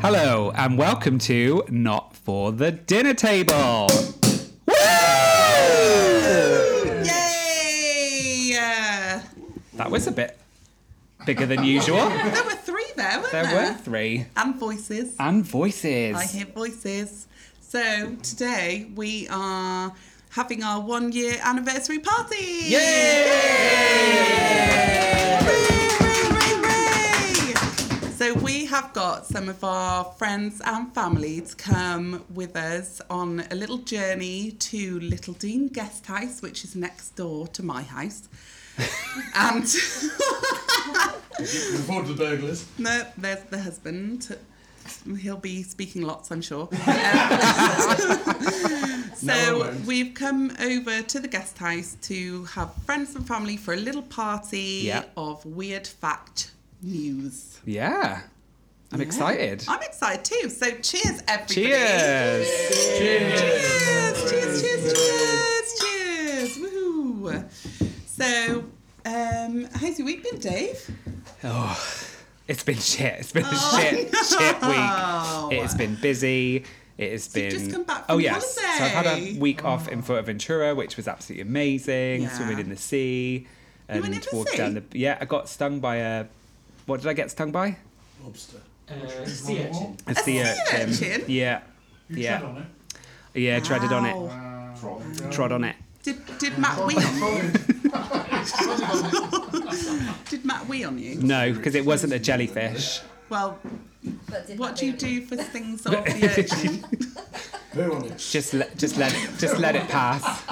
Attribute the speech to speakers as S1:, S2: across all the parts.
S1: Hello, and welcome to Not for the Dinner Table.
S2: Yay! Uh,
S1: That was a bit bigger than usual.
S2: there were three there, weren't there?
S1: There were three.
S2: And voices.
S1: And voices.
S2: I hear voices. So today we are having our one year anniversary party. Hooray, hooray, hooray. So we have got some of our friends and family to come with us on a little journey to Little Dean Guest House, which is next door to my house. and
S3: Can afford the burglars.
S2: no, there's the husband. He'll be speaking lots, I'm sure.
S3: No, I
S2: So
S3: won't.
S2: we've come over to the guest house to have friends and family for a little party
S1: Yeah.
S2: of weird fact news.
S1: Yeah. I'm
S2: Yeah.
S1: excited.
S2: I'm excited too. So cheers, everybody.
S1: Cheers.
S2: Cheers, cheers, cheers, cheers, cheers. Woohoo. So, um, how's your week been, Dave?
S1: Oh, it's been shit. It's been
S2: Oh,
S1: a shit,
S2: no.
S1: shit week. It has been busy. It has
S2: So
S1: been.
S2: you've just come back
S1: oh
S2: from
S1: yes. So I've had a
S2: holiday. Oh.
S1: week off in Fuerteventura, which was absolutely amazing.
S2: Yeah.
S1: Swimming in the sea,
S2: You
S1: and
S2: went in the
S1: walked
S2: sea?
S1: down the. Yeah, I got stung by a. What did I get stung by?
S3: Lobster.
S4: Uh, sea urchin.
S1: A,
S2: sea urchin?
S1: Yeah.
S3: You
S1: yeah.
S3: tread on it.
S1: Yeah. Treaded on it.
S2: Wow.
S1: Trod on it.
S2: Did, did Matt wee on you? did Matt wee on you?
S1: No, because it wasn't a jellyfish.
S2: Well,
S5: But did
S2: what
S5: that
S2: do you
S5: be-
S2: do for things of the urchin?
S3: Poo on it.
S1: Just let, just let, it, just let it pass.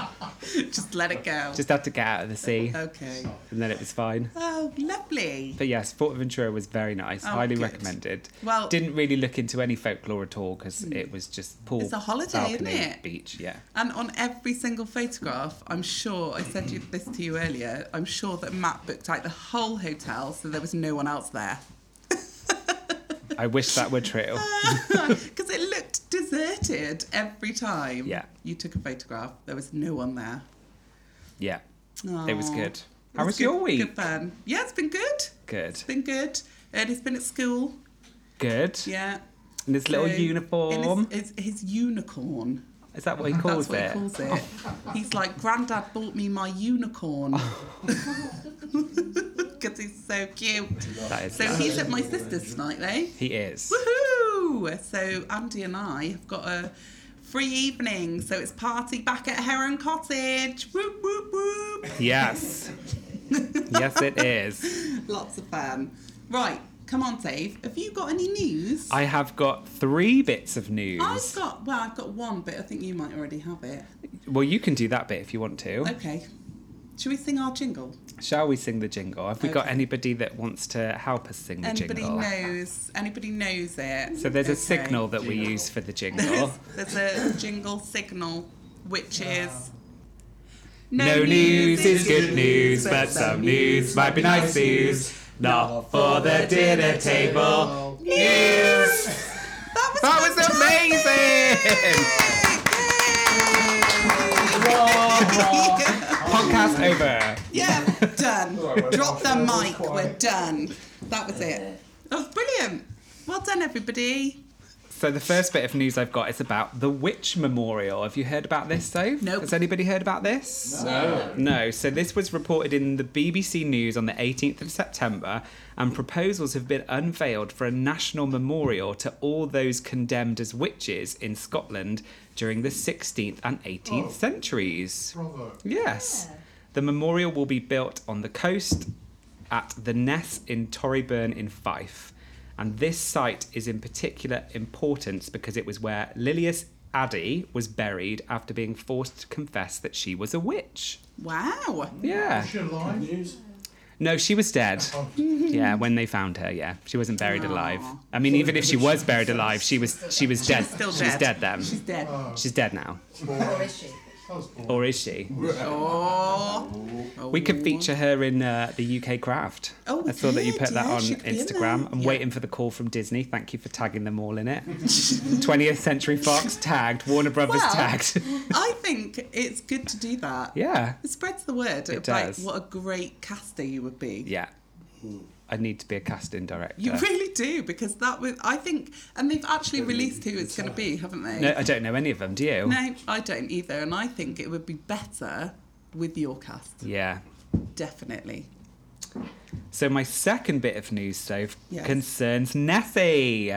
S2: Just let it go.
S1: Just had to get out of the sea,
S2: okay.
S1: and then it was fine.
S2: Oh, lovely.
S1: But yes, Fuerteventura was very nice.
S2: Oh,
S1: highly
S2: good.
S1: recommended.
S2: Well-
S1: didn't really look into any folklore at all because it was just pool.
S2: It's a holiday, isn't
S1: balcony,
S2: it?
S1: Beach, yeah.
S2: And on every single photograph, I'm sure I sent you this to you earlier. I'm sure that Matt booked out the whole hotel, so there was no one else there
S1: I wish that were true.
S2: because it looked deserted every time.
S1: Yeah.
S2: you took a photograph. There was no one there.
S1: Yeah, it was
S2: Aw.
S1: good.
S2: It
S1: How was
S2: good-
S1: your week?
S2: Good fun. Yeah, it's been good.
S1: Good,
S2: It's been good. Eddie's been at school.
S1: good.
S2: Yeah.
S1: In this little
S2: So-
S1: uniform.
S2: In his, his, his unicorn.
S1: Is that what he calls
S2: That's what he
S1: it?
S2: calls it. He's like, Grandad bought me my unicorn. Because he's so cute.
S1: that is.
S2: So he's at my sister's tonight, though.
S1: he is.
S2: Woohoo! So Andy and I have got a free evening. So it's party back at Heron Cottage. Whoop, whoop, whoop.
S1: Yes. yes, it is.
S2: Lots of fun. Right, come on, Dave. Have you got any news?
S1: I have got three bits of news.
S2: I've got, well, I've got one, but I think you might already have it.
S1: Well, you can do that bit if you want to.
S2: Okay. Should we sing our jingle?
S1: Shall we sing the jingle? Have we got
S2: Okay.
S1: anybody that wants to help us sing the
S2: Anybody
S1: jingle?
S2: knows? Anybody knows it?
S1: So there's a
S2: Okay.
S1: signal that we use for the jingle.
S2: There's, there's a jingle signal, which is.
S1: no news is good news, but some news might be nice news. Not for the dinner table. News!
S2: That was,
S1: That was amazing!
S2: fantastic!
S1: Podcast over.
S2: yeah, done.
S3: Alright, well,
S2: Drop the
S3: that was
S2: mic. We're
S3: quiet.
S2: done. That was it. That was brilliant. Well done, everybody.
S1: So the first bit of news I've got is about the Witch Memorial. Have you heard about this, Dave?
S2: Nope.
S1: Has anybody heard about this?
S3: No.
S1: No, so this was reported in the BBC News on the 18th of September, and proposals have been unveiled for a national memorial to all those condemned as witches in Scotland during the 16th and 18th
S3: Oh.
S1: centuries.
S3: Bravo.
S1: Yes.
S5: Yeah.
S1: The memorial will be built on the coast at the Ness in Torryburn in Fife. And this site is in particular importance because it was where Lilius Addey was buried after being forced to confess that she was a witch.
S2: Wow.
S1: Yeah.
S3: Is she alive? News.
S1: No, she was dead.
S2: Oh.
S1: Yeah, when they found her, yeah. She wasn't buried alive. I mean, even if she was buried alive, she was she was dead.
S2: Still dead.
S1: She was dead then.
S2: She's dead.
S3: Oh.
S1: She's dead now.
S5: Or is she?
S3: That was boring.
S1: Or is she?
S2: Oh.
S1: We could feature her in uh, the UK Craft.
S2: Oh, we
S1: I saw that you
S2: could,
S1: put that
S2: yeah,
S1: on
S2: she could be in
S1: Instagram.
S2: there.
S1: I'm
S2: Yeah.
S1: waiting for the call from Disney. Thank you for tagging them all in it. 20th Century Fox tagged, Warner Brothers
S2: Well-
S1: tagged.
S2: I think it's good to do that.
S1: yeah.
S2: It spreads the word
S1: It
S2: about
S1: does.
S2: what a great caster you would be.
S1: Yeah. I need to be a casting director.
S2: You really do because that was I think, and they've actually released who it's going to be, haven't they?
S1: no, I don't know any of them. Do you?
S2: No, I don't either, and I think it would be better with your cast,
S1: Yeah.
S2: definitely.
S1: So my second bit of news, Stove,
S2: Yes.
S1: concerns Nessie.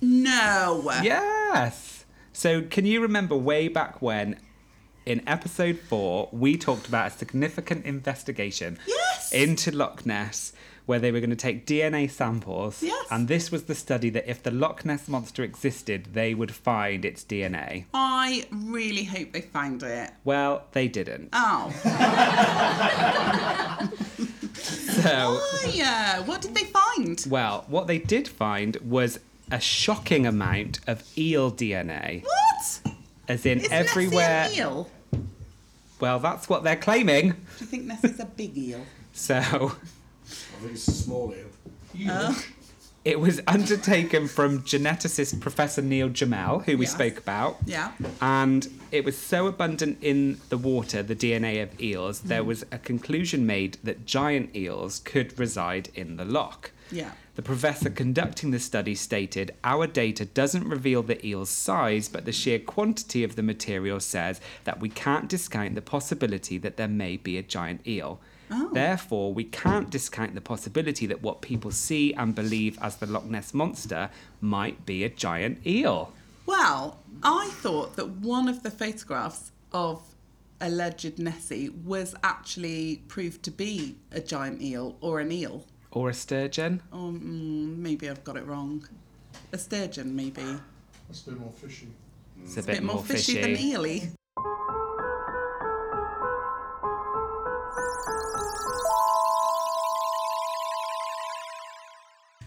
S2: No.
S1: Yes. So can you remember way back when, in episode four, we talked about a significant investigation
S2: Yes.
S1: into Loch Ness where they were going to take DNA samples.
S2: Yes.
S1: And this was the study that if the Loch Ness monster existed, they would find its DNA.
S2: I really hope they find it.
S1: Well, they didn't.
S2: Oh,
S1: So,
S2: yeah. What did they find?
S1: well, what they did find was a shocking amount of eel DNA,
S2: What?
S1: as in
S2: Is
S1: everywhere.
S2: Nessie an eel?
S1: Well, that's what they're claiming.
S2: Do you think Nessie's a big eel?
S1: So.
S3: I think it's a small eel.
S2: Uh,
S1: It was undertaken from geneticist Professor Neil Jamel, who we
S2: Yes.
S1: spoke about.
S2: Yeah.
S1: And it was so abundant in the water, the DNA of eels, there was a conclusion made that giant eels could reside in the loch.
S2: Yeah.
S1: The professor conducting the study stated Our data doesn't reveal the eel's size, but the sheer quantity of the material says that we can't discount the possibility that there may be a giant eel.
S2: Oh.
S1: Therefore, we can't discount the possibility that what people see and believe as the Loch Ness monster might be a giant eel.
S2: Well, I thought that one of the photographs of alleged Nessie was actually proved to be a giant eel or an eel.
S1: Or a sturgeon?
S2: Or mm, maybe I've got it wrong. A sturgeon, maybe. A
S3: That's a bit more fishy.
S1: It's a bit,
S2: bit, more, fishy, than eely.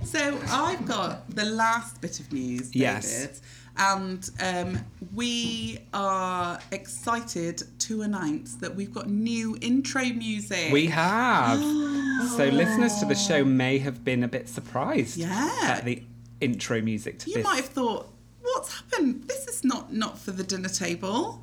S2: So I've got the last bit of news, David.
S1: Yes.
S2: And um, we are excited to announce that we've got new intro music.
S1: We have. so listeners to the show may have been a bit surprised
S2: Yeah.
S1: at the intro music to
S2: you
S1: this,
S2: might have thought, what's happened? This is not not for the dinner table.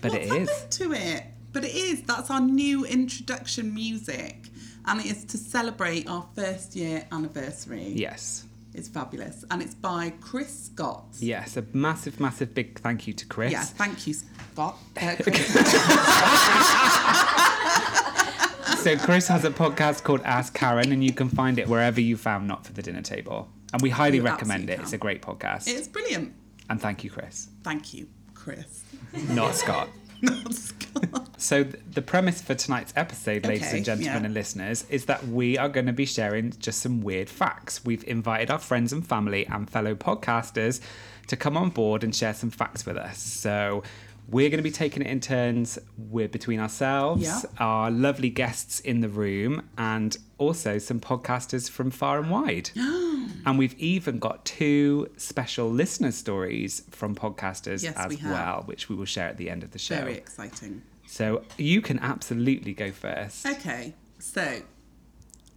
S1: but it
S2: What's
S1: is.
S2: happened to it? But it is. That's our new introduction music, and it is to celebrate our first year anniversary.
S1: Yes.
S2: it's fabulous, and it's by Chris Scott.
S1: Yes, a massive, massive big thank you to Chris.
S2: Yeah, thank you, Scott. Uh, Chris.
S1: So Chris has a podcast called Ask Karen, and you can find it wherever you found Not for the Dinner Table. And we highly
S2: You
S1: recommend
S2: absolutely
S1: it. It's a
S2: can.
S1: great podcast.
S2: it's brilliant.
S1: And thank you, Chris,
S2: Thank you, Chris.
S1: not Scott.
S2: Not Scott.
S1: So th- the premise for tonight's episode, ladies
S2: Okay,
S1: and gentlemen
S2: yeah.
S1: and listeners, is that we are going to be sharing just some weird facts. We've invited our friends and family and fellow podcasters to come on board and share some facts with us. So we're going to be taking it in turns with between ourselves,
S2: Yeah.
S1: our lovely guests in the room, and also some podcasters from far and wide. and we've even got two special listener stories from podcasters
S2: Yes,
S1: as
S2: we have.
S1: well, uh, which we will share at the end of the show.
S2: Very exciting.
S1: So you can absolutely go first.
S2: Okay, so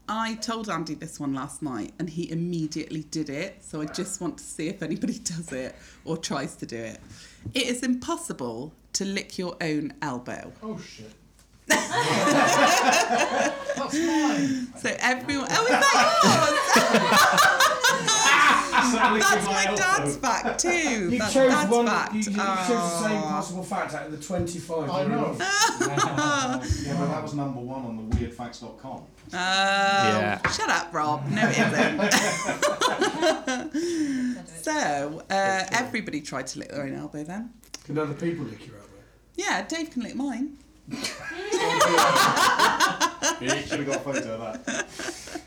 S2: I told Andy this one last night and he immediately did it. So I just want to see if anybody does it or tries to do it. It is impossible to lick your own elbow.
S3: Oh shit.
S2: So everyone. Oh, is that yours? That's my dad's fact, too.
S4: You
S2: That's
S4: chose
S2: dad's
S4: one.
S2: fact.
S4: You, you chose the same
S2: Ah.
S4: possible fact out of the twenty-five.
S3: I
S4: you
S3: know.
S4: were
S6: Yeah, well, that was number one on the weirdfacts.com.
S2: Oh,
S1: Yeah.
S2: Um, shut up, Rob. No, it isn't. so, uh, everybody tried to lick their own elbow then.
S3: Can other people lick your elbow?
S2: Yeah, Dave can lick mine.
S6: Yeah, you should have got a photo of that.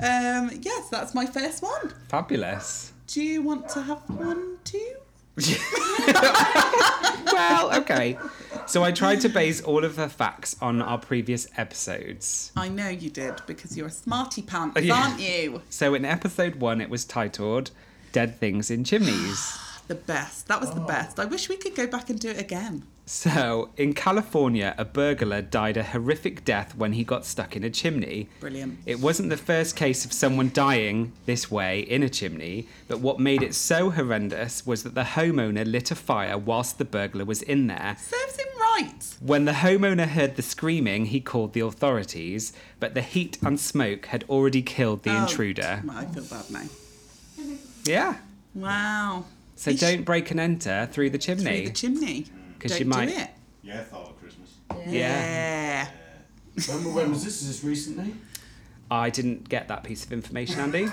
S2: Um, yes, that's my first one.
S1: Fabulous.
S2: Do you want to have one too?
S1: Well, okay. So I tried to base all of the facts on our previous episodes.
S2: I know you did because you're a smarty pants,
S1: Oh, Yeah.
S2: aren't you?
S1: So in episode one, it was titled Dead Things in Chimneys.
S2: The best. That was the best. I wish we could go back and do it again.
S1: So in California, a burglar died a horrific death when he got stuck in a chimney.
S2: Brilliant.
S1: It wasn't the first case of someone dying this way in a chimney, but what made it so horrendous was that the homeowner lit a fire whilst the burglar was in there.
S2: Serves him right.
S1: When the homeowner heard the screaming, he called the authorities, but the heat and smoke had already killed the
S2: Oh,
S1: intruder.
S2: I feel bad now.
S1: Yeah.
S2: Wow.
S1: So
S2: He sh-
S1: don't break and enter through the
S2: through
S1: chimney.
S2: the chimney.
S1: Because
S2: Don't
S1: you
S2: do
S1: might.
S2: it.
S6: Yeah, thought of Christmas.
S2: Yeah.
S4: when, when was this? Is this recently?
S1: I didn't get that piece of information, Andy.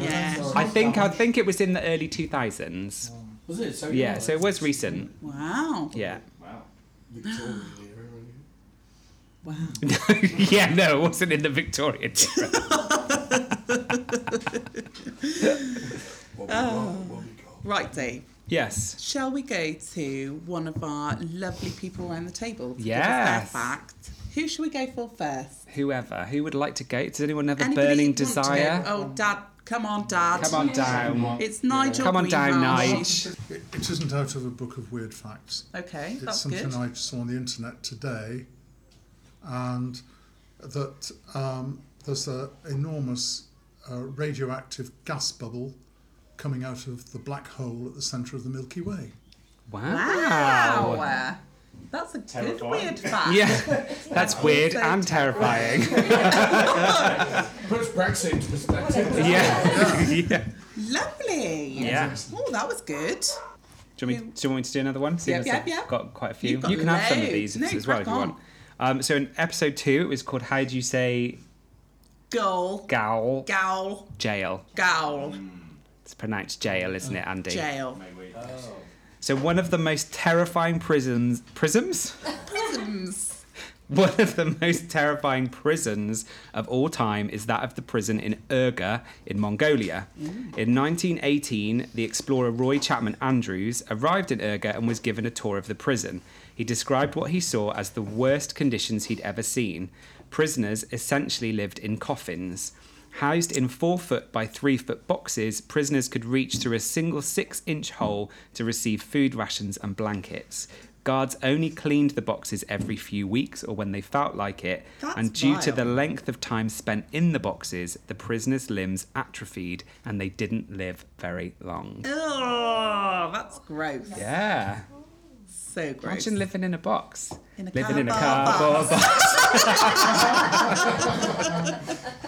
S2: Yeah.
S1: I think I think it was in the early 2000s.
S4: Was it? So
S1: Yeah, so it was recent.
S2: Wow.
S1: Yeah.
S6: Wow.
S3: Victorian era, wasn't it?
S2: Wow.
S1: yeah, no, it wasn't in the Victorian era.
S3: What we
S4: Oh.
S3: got, what we got.
S2: Oh. Right, Dave.
S1: Yes.
S2: Shall we go to one of our lovely people around the table? To Give
S1: Yes.
S2: us their fact. Who should we go for first?
S1: Whoever. Who would like to go? Does anyone have a
S2: Anybody
S1: burning
S2: want to?
S1: desire?
S2: Oh, Dad. Come on, Dad.
S1: Come on down.
S2: It's Nigel.
S1: Come on down,
S2: Greenhouse.
S7: It, it isn't out of a book of weird facts.
S2: Okay,
S7: It's
S2: that's
S7: something
S2: good.
S7: I saw on the internet today, and that um, there's an enormous uh, radioactive gas bubble coming out of the black hole at the centre of the Milky Way.
S1: Wow.
S2: Wow. That's a
S6: Terrifying.
S2: good weird fact.
S1: Yeah, that's weird
S2: so
S1: and terrifying.
S4: Puts Brexit into perspective.
S1: yeah. yeah.
S2: Lovely.
S1: Yeah.
S2: Oh, that was good.
S1: Do you, want me, do you want me to do another one?
S2: Yeah,
S1: as
S2: yeah,
S1: I've
S2: yeah.
S1: Got quite a few.
S2: You've got
S1: you can have some of
S2: loads.
S1: these
S2: No,
S1: as well if you
S2: crack on.
S1: want. Um, so in episode two, it was called "How Do You Say
S2: Goal.
S1: Gowl
S2: Gowl.
S1: Jail."
S2: Gowl.
S1: It's pronounced jail, isn't it, Andy?
S2: Jail. Oh.
S6: May Mm. we-
S1: So one of the most terrifying prisons, prisms,
S2: Prisms.
S1: one of the most terrifying prisons of all time is that of the prison in Urga in Mongolia. In 1918, the explorer Roy Chapman Andrews arrived in Urga and was given a tour of the prison. He described what he saw as the worst conditions he'd ever seen. Prisoners essentially lived in coffins. Housed in four foot by three foot boxes, prisoners could reach through a single six inch hole to receive food rations and blankets. Guards only cleaned the boxes every few weeks or when they felt like it,
S2: That's
S1: and due to the
S2: vile.
S1: length of time spent in the boxes, the prisoners' limbs atrophied and they didn't live very long.
S2: Oh, that's gross.
S1: Yeah.
S2: So gross.
S1: Imagine living in a box.
S2: In a
S1: living in a
S2: cardboard
S1: cardboard box.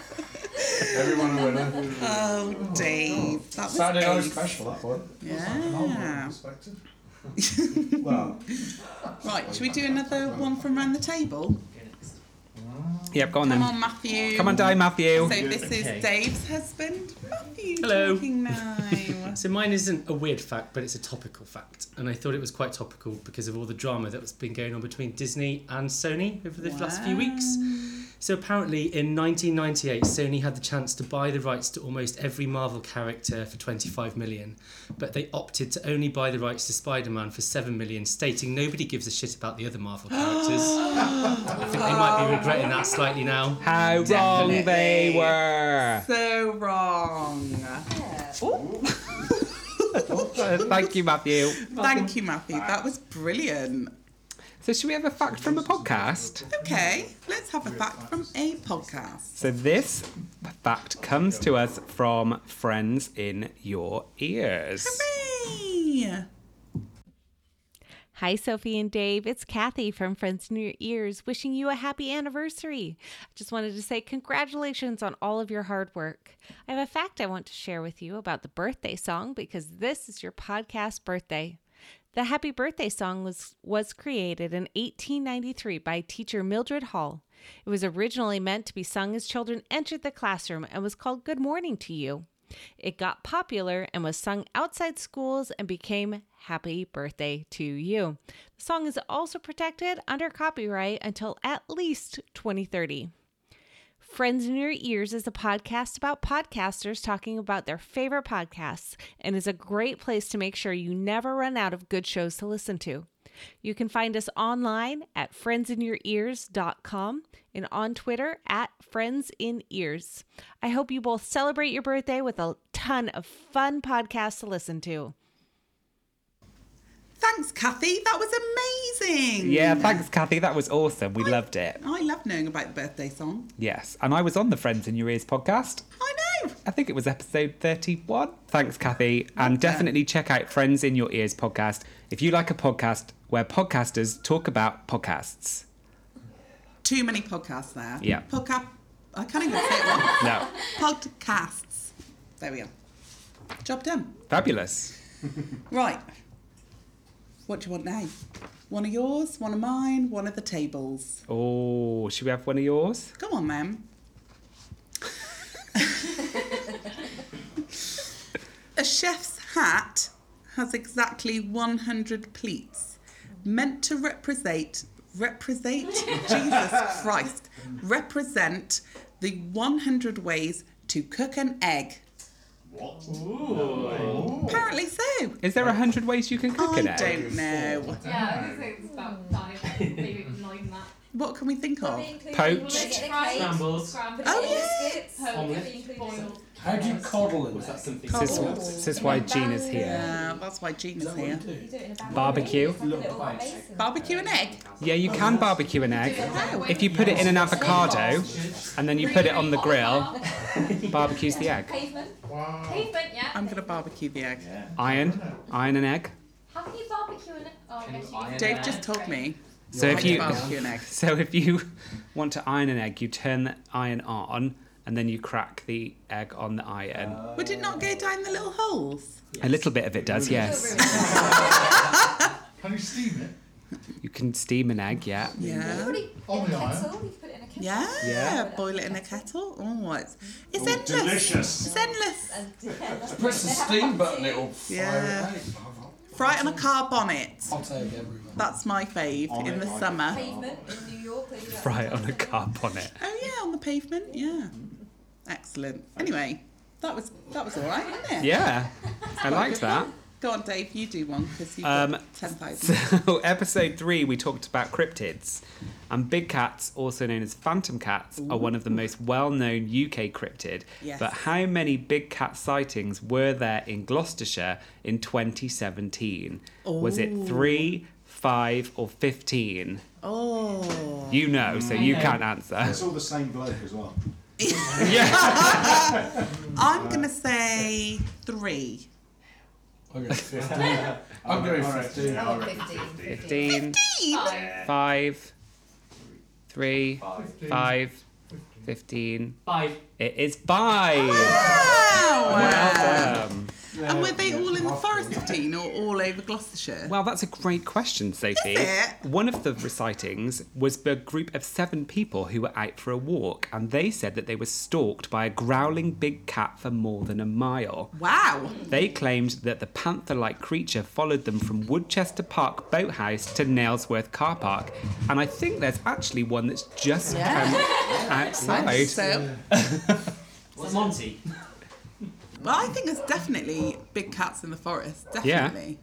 S3: Everyone who went over.
S2: oh, Dave. That was
S4: Sounded very
S2: ace.
S4: special, that one.
S2: Yeah.
S3: Perspective.
S6: Well,
S2: Right, should we do another one from around the table?
S1: yep, go on
S2: Come
S1: then.
S2: on, Matthew.
S1: Come on down, Matthew.
S2: So this is Dave's husband, Matthew.
S8: Hello.
S2: Talking now.
S8: So mine isn't a weird fact, but it's a topical fact, and I thought it was quite topical because of all the drama that's been going on between Disney and Sony over the last few weeks. So apparently, in 1998, Sony had the chance to buy the rights to almost every Marvel character for 25 million, but they opted to only buy the rights to Spider-Man for 7 million, stating nobody gives a shit about the other Marvel characters.
S2: Ah.
S8: I think they might be regretting that slightly now.
S1: How wrong they
S2: Definitely.
S1: were.
S2: so wrong. Ooh,
S1: Uh, Thank you, Matthew.
S2: thank you, Matthew. That was brilliant.
S1: So, should we have a fact from a podcast?
S2: Okay, let's have a fact from a podcast.
S1: So, this fact comes to us from friends in your ears.
S2: Hey.
S9: Hi, Sophie and Dave. It's Kathy from Friends in Your Ears wishing you a happy anniversary. I just wanted to say congratulations on all of your hard work. I have a fact I want to share with you about the birthday song because this is your podcast birthday. The Happy Birthday song was, was created in 1893 by teacher Mildred Hall. It was originally meant to be sung as children entered the classroom and was called Good Morning to You. It got popular and was sung outside schools and became Happy Birthday to You. The song is also protected under copyright until at least 2030. Friends in Your Ears is a podcast about podcasters talking about their favorite podcasts and is a great place to make sure you never run out of good shows to listen to. You can find us online at friendsinyourears.com and on Twitter at friendsinears. I hope you both celebrate your birthday with a ton of fun podcasts to listen to.
S2: Thanks, Kathy. That was amazing.
S1: Yeah, thanks, Kathy. That was awesome. We loved it.
S2: I love knowing about the birthday song.
S1: Yes. And I was on the Friends in Your Ears podcast.
S2: I you.
S1: I think it was episode 31. Thanks, Kathy. And definitely check out Friends in Your Ears podcast if you like a podcast where podcasters talk about podcasts.
S2: Too many podcasts there.
S1: Yeah.
S2: Podcast. I can't even say it one.
S1: No,
S2: Podcasts. There we are. Job done.
S1: fabulous.
S2: Right. What do you want now? One of yours, one of mine, one of the tables.
S1: Oh, should we have one of yours?
S2: Go on, ma'am. A chef's hat has exactly 100 pleats, meant to represent, represent, Jesus Christ, represent the 100 ways to cook an egg. What? Apparently so.
S1: Is there a hundred ways you can cook
S2: I
S1: an egg?
S2: don't know.
S10: Yeah, I was gonna say it's about five, maybe nine that.
S2: What can we think of?
S1: Poached.
S8: Scrambles.
S2: Oh, yeah.
S10: Boiled.
S4: How do you coddle in that?
S8: something?
S1: This is,
S2: Oh.
S1: this is why Gene is here.
S2: Yeah, that's why Uh, Gene
S4: Is
S2: is
S4: that what you
S2: here.
S4: do?
S1: Barbecue.
S2: Barbecue and egg.
S1: Yeah, you can barbecue an egg. If you put it in an avocado and then you put it on the grill, barbecues the egg.
S10: Pavement.
S6: Wow.
S10: Pavement, yeah.
S2: I'm gonna barbecue the egg.
S1: Iron, iron an egg.
S10: How can you barbecue an Oh, I guess you can.
S2: Dave just told me.
S1: So
S2: I
S1: if
S2: can
S1: you
S2: barbecue an egg.
S1: so if you want to iron an egg, you turn the iron on and then you crack the egg on the iron.
S2: Would it not go down the little holes?
S1: A little bit of it does, yes.
S6: Can you steam it?
S1: You can steam an egg, yeah.
S2: Yeah.
S6: On the iron.
S2: Yeah.
S1: Yeah.
S2: Boil it in a kettle. Oh, it's it's endless. It's endless.
S4: Press the steam button, it'll fire
S2: Yeah.
S4: it out.
S2: Fry it on a car bonnet.
S4: I'll take everyone.
S2: That's my fave in the summer.
S5: Pavement in New York. they do that
S1: Fry it on a
S5: sometimes.
S1: car bonnet.
S2: Oh yeah, on the pavement. Yeah. Excellent. Anyway, that was that was all right, wasn't it?
S1: Yeah. I like that.
S2: Go on, Dave. You do one because you've
S1: Um,
S2: got ten thousand.
S1: So, episode three, we talked about cryptids. And big cats, also known as phantom cats, are one of the most well known UK cryptid.
S2: Yes.
S1: But how many big cat sightings were there in Gloucestershire in 2017? Was it three, five, or 15?
S2: Oh.
S1: You know, so you can't answer.
S6: It's all the same bloke as well.
S1: yeah.
S2: I'm gonna say three.
S4: I'm going 15. I'm going 15.
S5: Oh, 15, 15.
S1: 15, five, three, five, 15.
S8: Five.
S1: It is five.
S2: Wow.
S1: Um,
S2: And were they all in the forest of Dean or all over Gloucestershire?
S1: Well, that's a great question, Sophie.
S2: it?
S1: One of the recitings was by a group of seven people who were out for a walk, and they said that they were stalked by a growling big cat for more than a mile.
S2: wow.
S1: They claimed that the panther like creature followed them from Woodchester Park Boathouse to Nailsworth Car Park, and I think there's actually one that's just come outside.
S2: So,
S8: What's Monty?
S2: well, I think there's definitely big cats in the forest.
S1: Yeah.
S2: Definitely.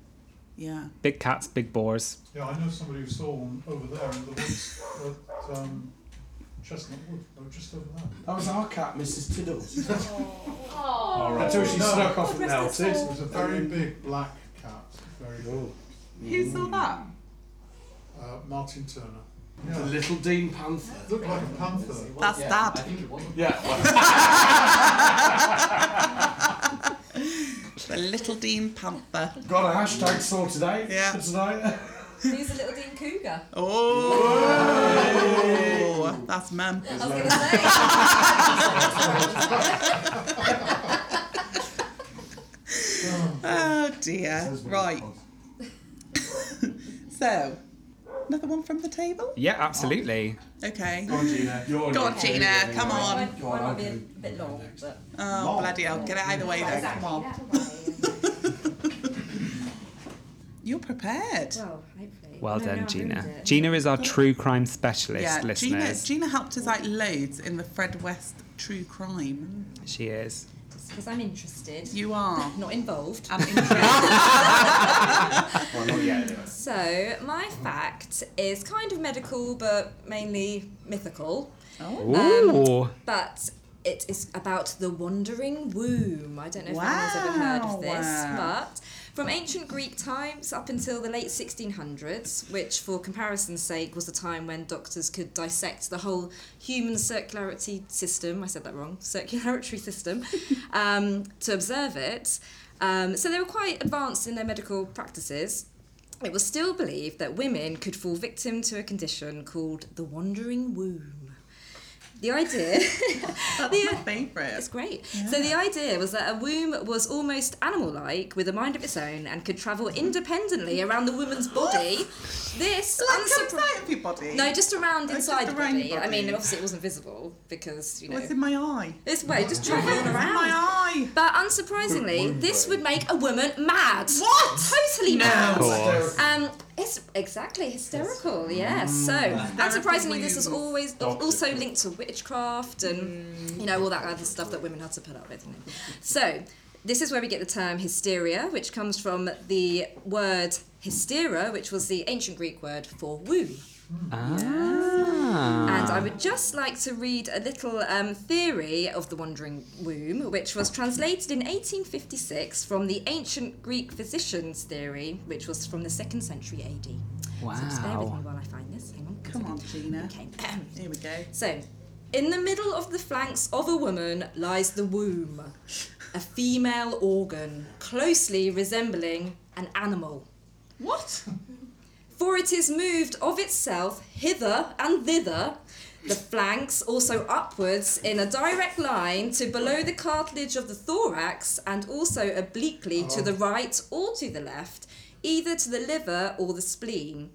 S2: Yeah.
S1: Big cats, big boars.
S7: Yeah, I know somebody who saw one over there in the woods at um, Chestnut Wood. They were just over there.
S4: That was our cat, Mrs. Tiddles.
S10: Oh,
S4: Until she
S7: No.
S4: snuck off and
S10: rest
S4: melted.
S10: his
S7: It was a very big black cat. Very big.
S2: Who saw that?
S7: Uh, Martin Turner.
S4: The little Dean Panther.
S7: Looked like a panther.
S2: That's dad.
S4: Yeah, well,
S2: The little Dean Panther.
S4: got a hashtag sorted out
S2: Yeah.
S4: for tonight.
S5: Who's a little Dean Cougar?
S2: Oh. That's mum.
S5: I was going to say.
S2: Oh dear. Right. so, another one from the table?
S1: Yeah, absolutely.
S2: Okay.
S4: Go on, Gina. You're
S2: Go on, Gina. Come on.
S5: Mine mine might be a bit long, but.
S2: Oh, bloody hell. Get it out of the way then. Come
S5: Exactly.
S2: on.
S5: Out of the way.
S2: You're prepared.
S5: Well, hopefully.
S1: Well
S5: No, no,
S1: done,
S5: I ruined
S1: Gina.
S5: it.
S1: Gina is our true crime specialist,
S2: Yeah, Gina,
S1: listeners.
S2: Gina helped us out loads in the Fred West true crime.
S1: She is.
S5: Because I'm interested.
S2: You are.
S5: Ah, Not involved.
S2: I'm interested.
S5: So, my fact is kind of medical, but mainly mythical.
S2: Oh.
S5: Um,
S1: Ooh.
S5: But it is about the wandering womb. I don't know if anyone's ever heard of this,
S2: Wow.
S5: but From ancient Greek times up until the late 1600s, which for comparison's sake was the time when doctors could dissect the whole human circularity system, I said that wrong, circulatory system, um, to observe it. Um, so they were quite advanced in their medical practices. It was still believed that women could fall victim to a condition called the wandering womb. The idea.
S2: That's
S5: the,
S2: my favourite.
S5: it's great. So the idea was that a womb was almost animal-like, with a mind of its own, and could travel
S2: Mm-hmm.
S5: independently around the woman's body. This
S2: Like comes
S5: unsurprising.
S2: out of your body.
S5: No, just around
S2: Oh, just
S5: inside the
S2: around
S5: body.
S2: your
S5: I mean,
S2: body.
S5: obviously it wasn't visible because you know
S2: What's in my eye?
S5: it's well, it just traveling
S2: What's in
S5: around.
S2: my eye?
S5: But unsurprisingly, this would make a woman mad.
S2: What?
S5: Totally
S2: No.
S5: mad.
S4: course.
S5: Um, it's exactly hysterical.
S2: Mm.
S5: Yes. So, unsurprisingly, this was
S2: womb.
S5: always
S4: Doctor.
S5: also linked to witchcraft and
S2: Mm.
S5: you know all that other stuff that women had to put up with. you know. So, this is where we get the term hysteria, which comes from the word hystera, which was the ancient Greek word for womb.
S1: Ah.
S5: And
S2: Ah.
S5: I would just like to read a little um, theory of the wandering womb, which was translated in 1856 from the ancient Greek physician's theory, which was from the second century AD. So just bear with me
S1: Wow.
S5: while I find this. Hang on.
S2: Come on, Gina.
S5: Okay.
S2: Here we go.
S5: so, in the middle of the flanks of a woman lies the womb, a female organ closely resembling an animal.
S2: What?
S5: For it is moved of itself hither and thither, the flanks also upwards in a direct line to below the cartilage of the thorax and also obliquely to the right or to the left, either to the liver or the spleen.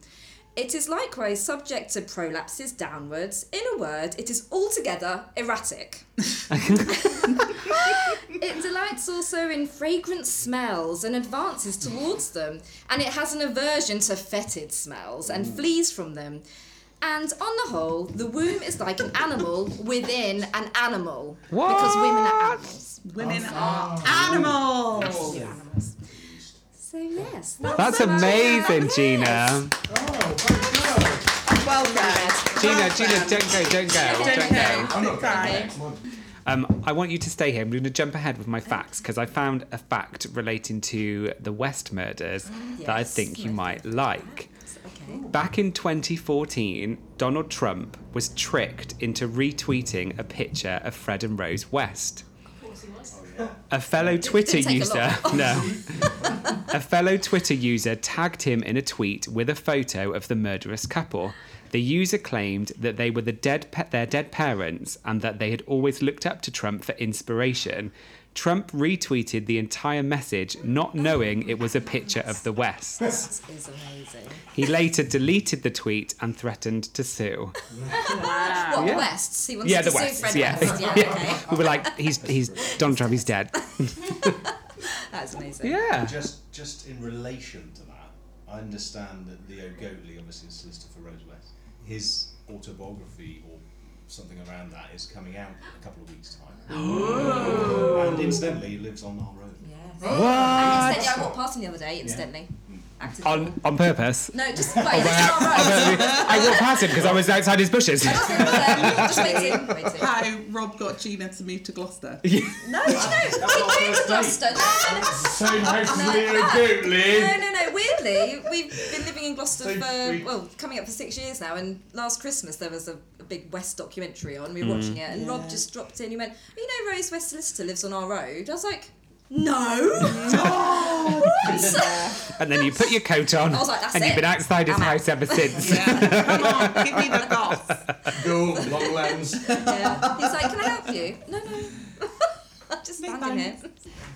S5: It is likewise subject to prolapses downwards. In a word, it is altogether erratic. It delights also in fragrant smells and advances towards them, and it has an aversion to fetid smells and
S1: Mm.
S5: flees from them. And on the whole, the womb is like an animal within an animal. Because women are animals.
S2: Women are animals.
S5: We're animals. So, yes.
S1: That's amazing, Gina.
S2: Well done.
S1: Gina,
S2: Well
S1: Gina,
S2: done.
S1: don't go, don't go, don't go.
S2: Don't go. Sit down.
S1: Um, I want you to stay here. I'm going to jump ahead with my facts because I found a fact relating to the West murders that I
S5: Oh, Yes,
S1: think you
S5: my
S1: might like.
S5: Okay.
S1: Back in 2014, Donald Trump was tricked into retweeting a picture of Fred and Rose West. A fellow Twitter
S5: take a
S1: user,
S5: lot. Oh.
S1: no, a fellow Twitter user tagged him in a tweet with a photo of the murderous couple. The user claimed that they were the dead pa- their dead parents and that they had always looked up to Trump for inspiration. Trump retweeted the entire message, not knowing it was a picture of the Wests.
S5: This is amazing.
S1: He later deleted the tweet and threatened to sue.
S5: What,
S1: Yeah.
S5: the Wests? He wants
S1: Yeah,
S5: to
S1: the
S5: sue
S1: Wests,
S5: Fred
S1: yeah.
S5: West. Yeah, okay.
S1: We were like, he's he's Donald Trump, he's dead.
S5: That's amazing.
S1: Yeah.
S6: Just, just in relation to that, I understand that Leo Goatley, obviously the solicitor for Rose West, his autobiography or something around that is coming out in a couple of weeks' time. and incidentally, he lives on our road.
S5: Yes.
S1: What?
S5: Incidentally, I walked past him the other day, incidentally. Acted
S1: On on purpose.
S5: No, just wait. It's all right.
S1: Oh, I walked past him because I was outside his bushes.
S5: Just waiting, waiting.
S2: How Rob got Gina to move to Gloucester.
S5: No, do you know, she moved to Gloucester.
S4: Same house as Leo
S5: No,
S4: Goatley.
S5: no, no. Weirdly, we've been living in Gloucester
S4: So
S5: for
S4: sweet.
S5: well, coming up for six years now. And last Christmas there was a, a big West documentary on. We were watching it, and Rob
S2: Yeah.
S5: just dropped in. He went, oh, "You know, Rose West solicitor lives on our road." I was like, "No."
S1: And then you put your coat on
S5: I was like, "That's
S1: and
S5: it."
S1: you've been outside his
S5: I'm out.
S1: house ever since.
S2: Yeah. Come on, give me the goss.
S4: Go, long lens.
S5: Yeah. He's like, "Can I help you?" No, no. I'm just standing here.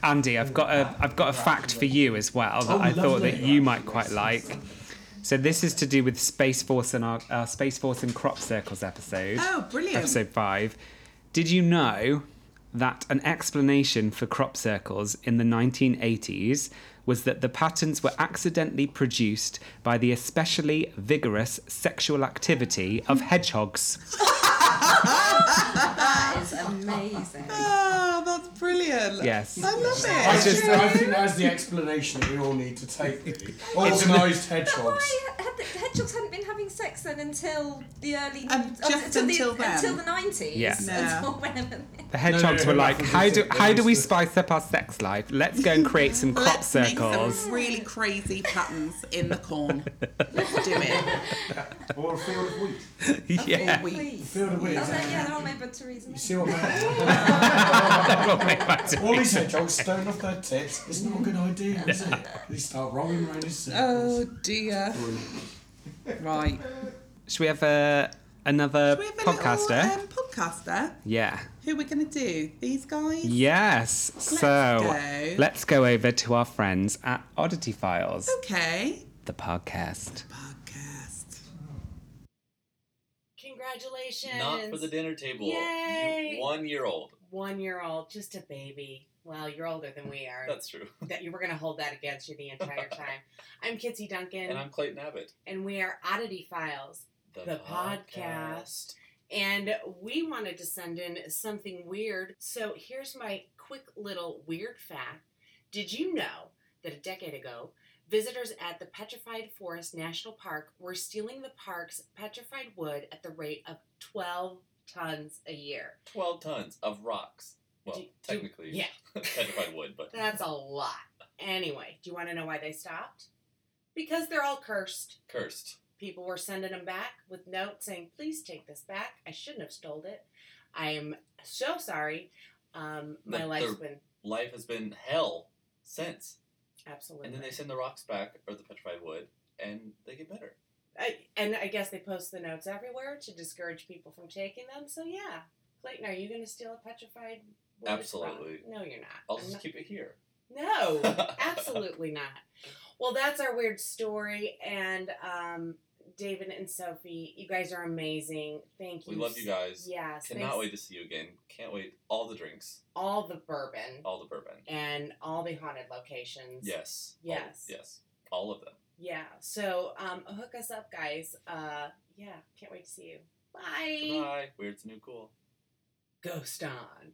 S1: Andy, I've got a I've got a fact for you as well
S2: Oh,
S1: that I thought that you might quite like. So this is to do with Space Force and our, our Space Force and Crop Circles episode.
S2: Oh, brilliant.
S1: Episode five. Did you know that an explanation for crop circles in the 1980s was that the patterns were accidentally produced by the especially vigorous sexual activity of hedgehogs?
S5: That is amazing.
S2: Oh, that's brilliant.
S1: Yes.
S2: I love it.
S4: I, just, I think that's the explanation that we all need to take, really. Organised hedgehogs.
S5: Why had the hedgehogs hadn't been having sex then until the early
S2: Um,
S5: up-
S2: just until
S5: the,
S2: then.
S5: until the nineties.
S1: Yeah.
S5: Until Oh,
S2: No.
S5: whenever.
S1: The
S4: No,
S1: hedgehogs
S4: no,
S1: were
S4: no,
S1: like,
S4: no,
S1: how do
S4: no,
S1: how do we
S4: no.
S1: spice up our sex life? Let's go and create some crop
S2: Let's make
S1: circles.
S2: some really crazy patterns in the corn. Let's do it.
S4: Or a field of wheat.
S1: yeah.
S2: Or we-
S5: Please.
S4: Field of wheat.
S5: Oh, then, yeah, they're all made by Theresa May.
S4: You see what man?
S1: Well, made by two.
S4: All these hedgehogs stoned off their tits. It's not a good idea, is it? They start rolling around in circles.
S2: Oh dear. Right.
S1: Should we have uh, another
S2: Should we have a
S1: podcaster?
S2: Little, um, podcaster.
S1: yeah.
S2: Who we going to do? These guys?
S1: Yes. so
S2: go.
S1: let's go over to our friends at Oddity Files,
S2: Okay.
S1: the podcast.
S2: Podcast.
S11: Congratulations.
S12: Not for the dinner table.
S11: Yay.
S12: You one year old.
S11: One year old, just a baby. Well, you're older than we are.
S12: That's true.
S11: that you were going to hold that against you the entire time. I'm Kitsy Duncan,
S12: And I'm Clayton Abbott.
S11: and we are Oddity Files, the, podcast. And we wanted to send in something weird. So here's my quick little weird fact. Did you know that a decade ago, visitors at the Petrified Forest National Park were stealing the park's petrified wood at the rate of 12 tons a year?
S12: Twelve tons of rocks. Well,
S11: Do- do-
S12: technically,
S11: yeah.
S12: petrified wood, but
S11: That's a lot. Anyway, do you want to know why they stopped? Because they're all cursed.
S12: cursed.
S11: People were sending them back with notes saying, please take this back. I shouldn't have stole it. I am so sorry. Um, my
S12: But
S11: life's
S12: they're-
S11: been
S12: Life has been hell since.
S11: absolutely.
S12: And then they send the rocks back, or the petrified wood, and they get better.
S11: I, and I guess they post the notes everywhere to discourage people from taking them. So, yeah. Clayton, are you going to steal a petrified wood?
S12: Absolutely.
S11: No, you're not.
S12: I'll
S11: I'm
S12: just
S11: not-
S12: keep it here.
S11: No, absolutely not. Well, that's our weird story, and um, David and Sophie, you guys are amazing. Thank you.
S12: We love you guys.
S11: Yes,
S12: Cannot
S11: thanks.
S12: wait to see you again. Can't wait. All the drinks,
S11: All the bourbon
S12: all the bourbon.
S11: and all the haunted locations.
S12: Yes. All-
S11: Yes.
S12: yes. All of them.
S11: Yeah. So um, hook us up, guys. Uh, yeah, can't wait to see you. Bye.
S12: Bye. Weird's the new cool.
S11: Ghost on.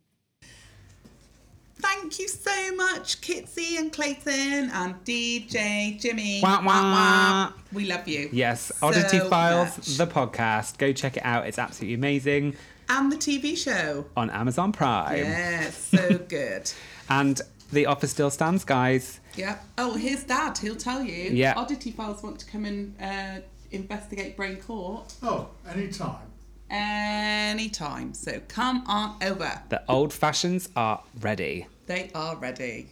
S2: Thank you so much, Kitsy and Clayton and DJ Jimmy.
S1: Wah, wah.
S2: We love you.
S1: Yes, Oddity
S2: So
S1: Files,
S2: much.
S1: the podcast. Go check it out. It's absolutely amazing
S2: And the TV show.
S1: on Amazon Prime.
S2: Yes, so good.
S1: And the offer still stands, guys.
S2: Yep. Oh, his dad. He'll tell you.
S1: Yeah.
S2: Oddity Files want to come and uh, investigate Brain Court
S7: Oh, any time.
S2: anytime. So come on over.
S1: The old fashions are ready.
S2: They are ready.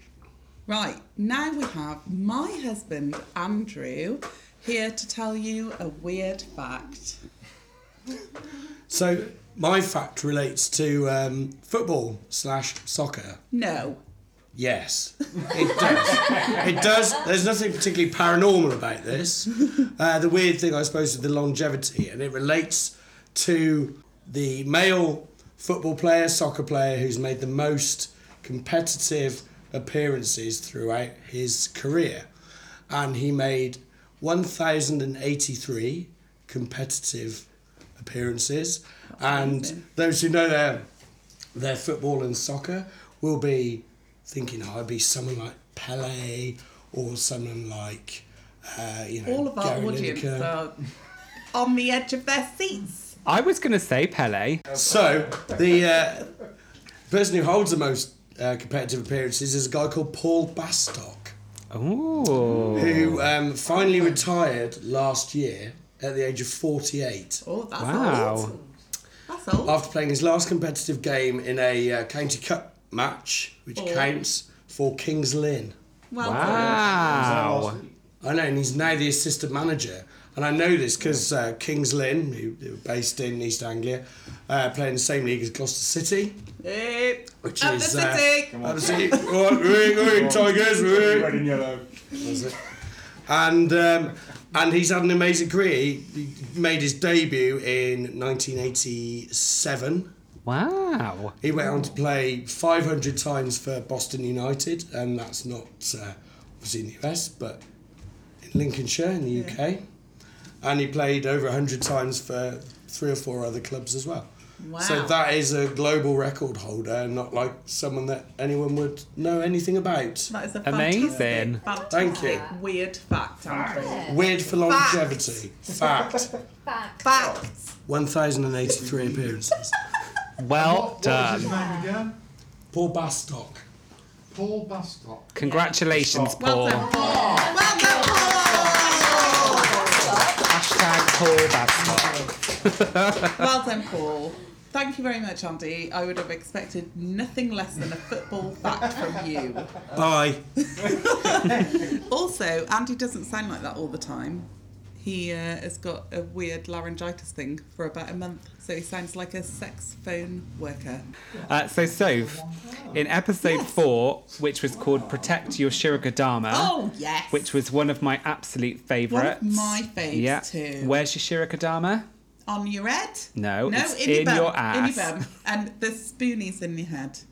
S2: Right, now we have my husband, Andrew, here to tell you a weird fact.
S4: So my fact relates to um, football slash soccer.
S2: No.
S4: Yes, it does. it does. There's nothing particularly paranormal about this. Uh, the weird thing, I suppose, is the longevity, and it relates to the male football player, soccer player, who's made the most competitive appearances throughout his career. And he made 1,083 competitive appearances. And those who know their, their football and soccer will be thinking, oh, I'd be someone like Pele or someone like, uh, you know,
S2: All of our
S4: Gary
S2: audience
S4: Lineker.
S2: are on the edge of their seats.
S1: I was going to say Pele.
S4: So the uh, person who holds the most uh, competitive appearances is a guy called Paul Bastock,
S1: Ooh.
S4: who um, finally retired last year at the age of 48
S2: Oh, that's
S1: Wow.
S2: old. That's old.
S4: after playing his last competitive game in a uh, county cup match, which
S2: Oh.
S4: counts for Kings Lynn.
S2: well
S1: Wow.
S4: I know, and he's now the assistant manager. And I know this because uh, Kings Lynn, who, who are based in East Anglia, uh, play in the same league as Gloucester City.
S2: done. Eh,
S4: Which
S2: Up the
S4: is
S2: city.
S4: Uh, up the city. All right, ring, ring, Tigers, ring.
S3: Red and yellow.
S4: That's it. And um, and he's had an amazing career. He, he made his debut in 1987.
S1: Wow.
S4: He went on to play 500 times for Boston United, and that's not uh, obviously in the US, but in Lincolnshire in the UK. And he played over 100 times for three or four other clubs as well. So
S2: Wow.
S4: that is a global record holder, and not like someone that anyone would know anything about.
S2: That is a
S1: Amazing.
S2: fantastic,
S4: Thank you.
S2: Weird fact, Anthony.
S4: Weird for
S2: Fact.
S4: longevity. Fact.
S10: Fact.
S2: Facts.
S4: 1,083 appearances.
S1: Well
S7: What was
S1: done.
S7: his name again?
S4: Paul Bastock.
S7: Paul Bastock.
S1: Congratulations, Paul.
S2: Well done, Paul.
S1: Hashtag Paul Babcock.
S2: well done, Paul. Thank you very much, Andy. I would have expected nothing less than a football fact from you.
S4: Bye.
S2: Also, Andy doesn't sound like that all the time. He uh, has got a weird laryngitis thing for about a month, so he sounds like a sex phone worker.
S1: Uh, so, Soph, in episode four, which was called Protect Your Shirikodama,
S2: Oh, yes.
S1: which was one of my absolute
S2: One
S1: favourites.
S2: of my faves,
S1: yeah.
S2: too.
S1: Where's your Shirikodama?
S2: On your head?
S1: No,
S2: no,
S1: it's
S2: in, your,
S1: in
S2: bum,
S1: your
S2: In
S1: ass.
S2: your bum. And the spoonies in your head.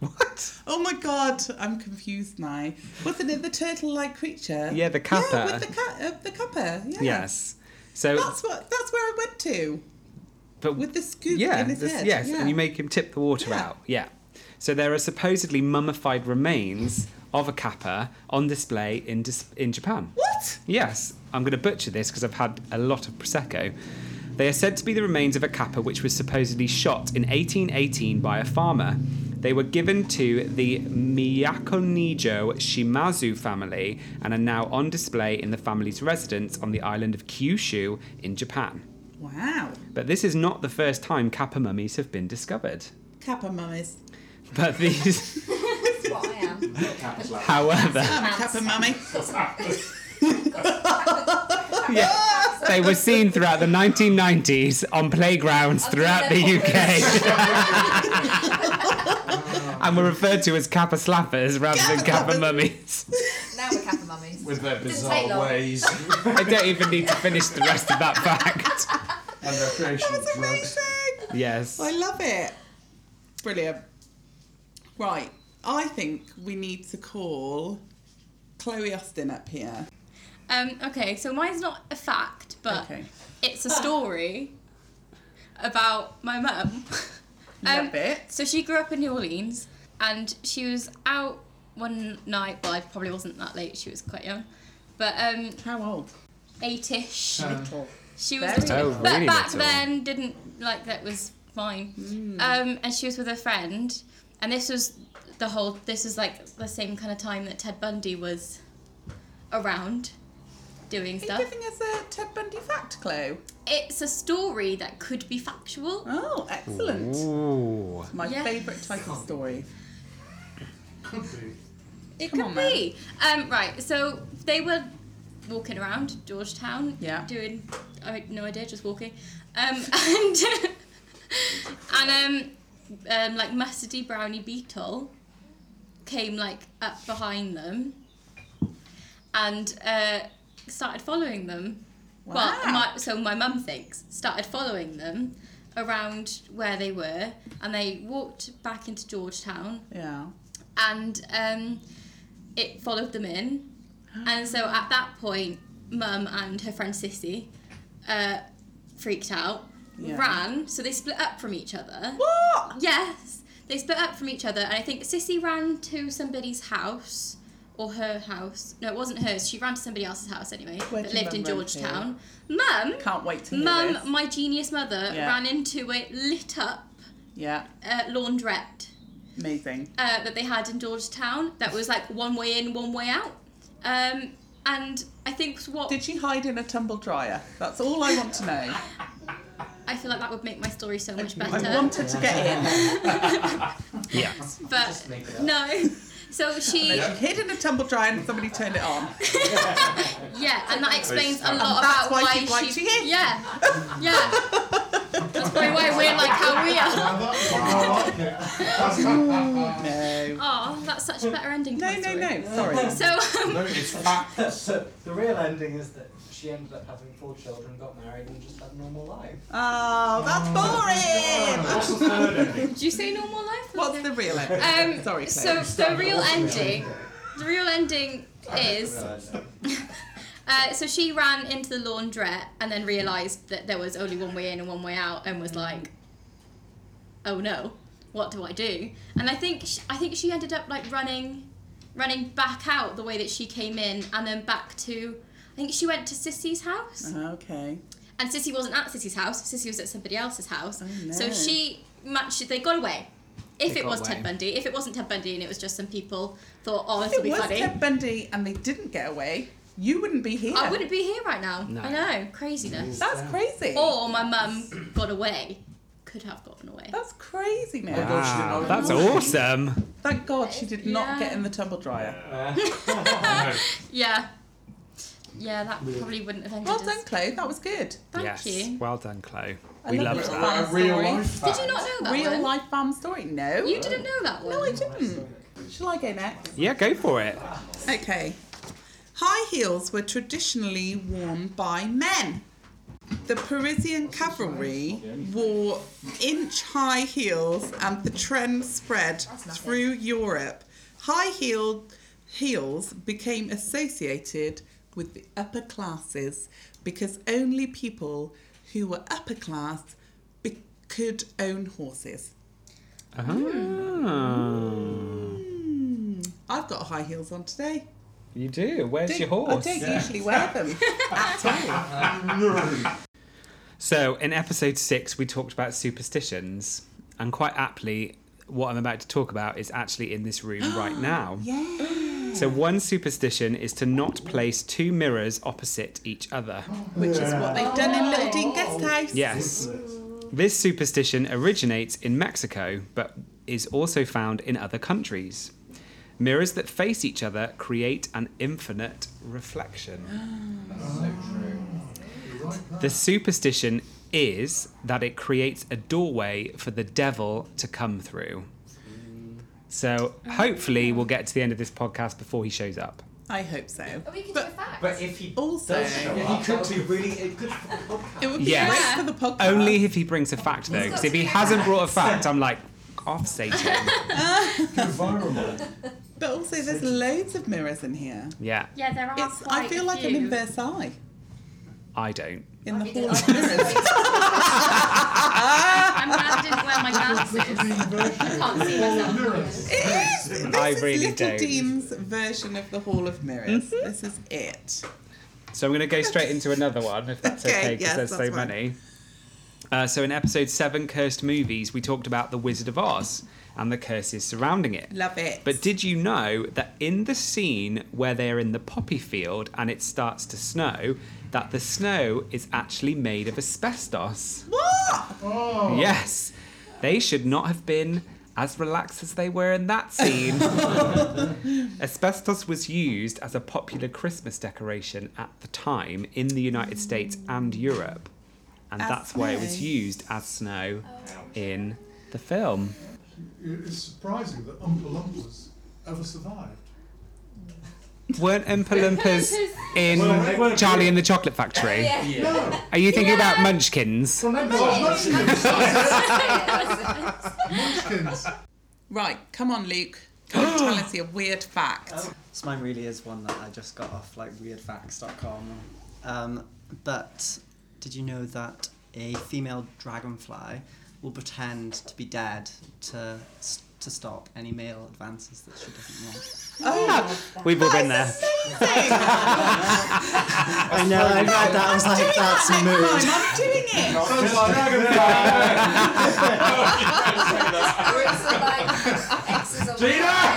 S1: What?
S2: Oh my god, I'm confused now. Wasn't it the turtle-like creature?
S1: Yeah, the
S2: Yeah,
S1: kappa.
S2: with the, ca- uh, the kappa. Yeah.
S1: Yes. So,
S2: That's what. That's where I went to.
S1: but
S2: With the scoop
S1: yeah,
S2: in his
S1: this-
S2: head.
S1: yes,
S2: yeah.
S1: and you make him tip the water out. Yeah. So there are supposedly mummified remains of a kappa on display in dis- in Japan.
S2: What?
S1: Yes, I'm going to butcher this because I've had a lot of prosecco. They are said to be the remains of a kappa which was supposedly shot in 1818 by a farmer. They were given to the Miyakonijo Shimazu family and are now on display in the family's residence on the island of Kyushu in Japan.
S2: Wow.
S1: But this is not the first time kappa mummies have been discovered.
S2: Kappa mummies.
S1: But these,
S5: That's what I am.
S1: however,
S2: I'm a kappa mummy.
S1: yeah,
S2: Ah!
S1: they were seen throughout the 1990s on playgrounds throughout the UK. and were referred to as kappa slappers rather than kappa mummies.
S5: Now we're Kappa mummies.
S6: With their
S5: Didn't take
S6: bizarre
S5: long.
S6: ways
S1: I don't even need to finish the rest of that fact.
S6: and recreational drugs.
S1: Yes.
S2: I love it. Brilliant. Right. I think we need to call Chloe Austin up here.
S13: Um, okay, so mine's not a fact, but
S2: Okay.
S13: it's a story about my mum. Um,
S2: Love it.
S13: So she grew up in New Orleans, and she was out one night. Well, it probably wasn't that late. She was quite young, but um,
S2: how old?
S13: Eight-ish.
S2: Little.
S13: She was
S2: Very
S13: little.
S2: little.
S1: Oh,
S13: but
S1: really
S13: back
S1: little.
S13: then didn't like that was fine.
S2: Hmm.
S13: Um, and she was with a friend, and this was the whole. This was like the same kind of time that Ted Bundy was around doing
S2: Are you
S13: stuff.
S2: giving us a Ted Bundy fact clue?
S13: It's a story that could be factual.
S2: Oh, excellent.
S1: Ooh.
S2: My
S13: Yes.
S2: favourite type of story.
S13: It
S2: Come
S13: could
S2: on, man.
S13: be. Um, right, so they were walking around Georgetown.
S2: Yeah.
S13: Doing, I had no idea, just walking. Um, and and um, um, like mustardy brownie beetle came like up behind them and uh, started following them. Well,
S2: Wow.
S13: my, so my mum thinks started following them around where they were, and they walked back into Georgetown
S2: Yeah.
S13: and um, it followed them in. And so at that point, Mum and her friend Sissy uh, freaked out,
S2: Yeah.
S13: ran. So they split up from each other.
S2: What?
S13: Yes, they split up from each other, and I think Sissy ran to somebody's house or her house. No, it wasn't hers. She ran to somebody else's house anyway,
S2: Where
S13: but
S2: did
S13: lived
S2: Mum
S13: in
S2: run
S13: Georgetown. Mum,
S2: Can't wait to hear
S13: Mum,
S2: this.
S13: my genius mother,
S2: Yeah.
S13: ran into a lit up
S2: Yeah.
S13: uh, laundrette
S2: Amazing.
S13: uh, that they had in Georgetown that was like one way in, one way out. Um, and I think what
S2: Did she hide in a tumble dryer? That's all I want to know.
S13: I feel like that would make my story so much
S2: I
S13: better.
S2: wanted to get in.
S1: Yeah.
S13: But no, so she
S2: She hid in a tumble dryer and somebody turned it on.
S13: yeah, and that explains a
S2: And
S13: lot
S2: that's
S13: about
S2: why
S13: why,
S2: she's like she is.
S13: yeah yeah. That's probably why we're like how we are.
S2: No.
S13: Oh, that's such a better ending. To
S2: No,
S13: my
S2: no,
S13: story.
S2: no. Sorry.
S13: So um,
S6: It's fact.
S14: so the real ending is that she ended up having four children, got married, and just had a normal life.
S2: Oh, that's boring.
S14: What's the third ending?
S13: do you say normal life?
S2: What's the real ending?
S13: Um,
S2: Sorry,
S13: so
S2: Claire.
S13: the real ending, the real ending is. Uh, so she ran into the laundrette and then realised that there was only one way in and one way out and was like, oh no, what do I do? And I think sh I think she ended up like running, running back out the way that she came in, and then back to. I think she went to Sissy's house.
S2: Okay.
S13: And Sissy wasn't at Sissy's house. Sissy was at somebody else's house.
S2: no.
S13: So she matched. They got away. If
S2: They
S13: it
S2: got
S13: was
S2: away.
S13: Ted Bundy, if it wasn't Ted Bundy, and it was just some people thought, oh, this will
S2: it
S13: be
S2: was
S13: funny.
S2: Ted Bundy and they didn't get away, you wouldn't be here.
S13: I wouldn't be here right now.
S2: No.
S13: I know, craziness.
S2: That's crazy.
S13: Or my mum got away. Could have gotten away.
S2: That's crazy,
S1: Oh
S2: man.
S1: Wow, that's awesome.
S2: Thank God she did not
S13: Yeah.
S2: get in the tumble dryer.
S13: Yeah. Yeah, that probably wouldn't have ended. Well done,
S2: Chloe. That was good.
S13: Thank
S1: yes.
S13: you.
S1: Well done, Chloe.
S2: I
S1: we
S2: love
S1: love
S2: little
S1: that.
S2: farm stories.
S13: Did you not know that
S2: Real
S13: one?
S2: life farm story? No.
S13: You didn't know that one.
S2: No, I didn't. Shall I go next?
S1: Yeah, go for it.
S2: Okay. High heels were traditionally worn by men. The Parisian cavalry wore inch high heels and the trend spread through Europe. High heeled heels became associated with the upper classes because only people who were upper class be- could own horses.
S1: Ah.
S2: Hmm. I've got high heels on today.
S1: You do. Where's
S2: Don't-
S1: your horse?
S2: I don't usually wear them at all.
S1: So, in episode six, we talked about superstitions, and quite aptly, what I'm about to talk about is actually in this room right now.
S2: Yeah.
S1: So, one superstition is to not place two mirrors opposite each other.
S2: Which is what they've done in Little Dean
S14: Oh.
S2: Guest House.
S1: Yes. This superstition originates in Mexico, but is also found in other countries. Mirrors that face each other create an infinite reflection. The superstition is that it creates a doorway for the devil to come through. So hopefully we'll get to the end of this podcast before he shows up.
S2: I hope so.
S10: we could do a fact.
S14: But if he
S2: also,
S14: does show
S2: Yeah,
S14: up, that
S2: he could
S14: would be really a good.
S2: It would be
S1: Yes.
S2: great for the podcast.
S1: Only if he brings a fact though, because if he hasn't brought a fact, I'm like, off Satan.
S2: but also, there's loads of mirrors in here.
S1: Yeah,
S13: Yeah, there are
S2: It's,
S13: quite
S2: I feel
S13: a
S2: like I'm
S13: few.
S2: in Versailles,
S1: I don't.
S2: in the hall of mirrors.
S13: I'm glad I didn't wear my glasses. I can't see myself.
S2: It is. This
S1: I
S2: is
S1: really
S2: Little
S1: don't.
S2: Dean's version of the Hall of Mirrors.
S1: Mm-hmm.
S2: This is it.
S1: So I'm going to go straight into another one, if that's
S2: Okay,
S1: okay, because
S2: yes,
S1: there's
S2: that's
S1: so
S2: fine.
S1: many. Uh, so in episode seven, Cursed Movies, we talked about The Wizard of Oz and the curses surrounding it.
S2: Love it.
S1: But did you know that in the scene where they're in the poppy field and it starts to snow, that the snow is actually made of asbestos?
S2: What?
S7: Oh.
S1: Yes. They should not have been as relaxed as they were in that scene. Asbestos was used as a popular Christmas decoration at the time in the United States and Europe. And
S7: As
S1: that's why it was
S7: snow.
S1: used as snow in the film.
S7: It's surprising that Oompa Loompas ever survived.
S1: Weren't Oompa Loompas in
S7: Well, they weren't
S1: Charlie
S7: real.
S1: and the Chocolate Factory?
S7: Yeah. Yeah.
S1: Are you thinking about Munchkins?
S2: Right, come on, Luke. Come and tell us your weird fact.
S15: So mine really is one that I just got off like weirdfacts.com. Um, but did you know that a female dragonfly will pretend to be dead to s- to stop any male advances that she doesn't want?
S1: Oh, We've all been there.
S15: I know. I read that. I was like, that's a mood.
S2: I'm doing it.
S15: Sounds
S14: like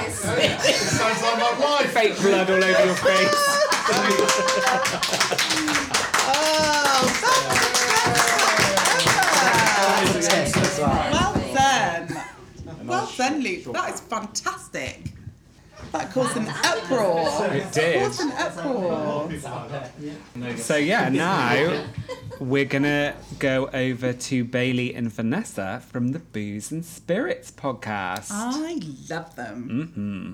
S3: Sounds like my wife.
S1: Fake blood all over your face.
S2: Well done. Well done, Luke. That is fantastic. That caused an uproar.
S1: It did.
S2: Caused an uproar.
S1: So yeah, now we're gonna go over to Bailey and Vanessa from the Booze and Spirits podcast.
S2: I love them.
S1: hmm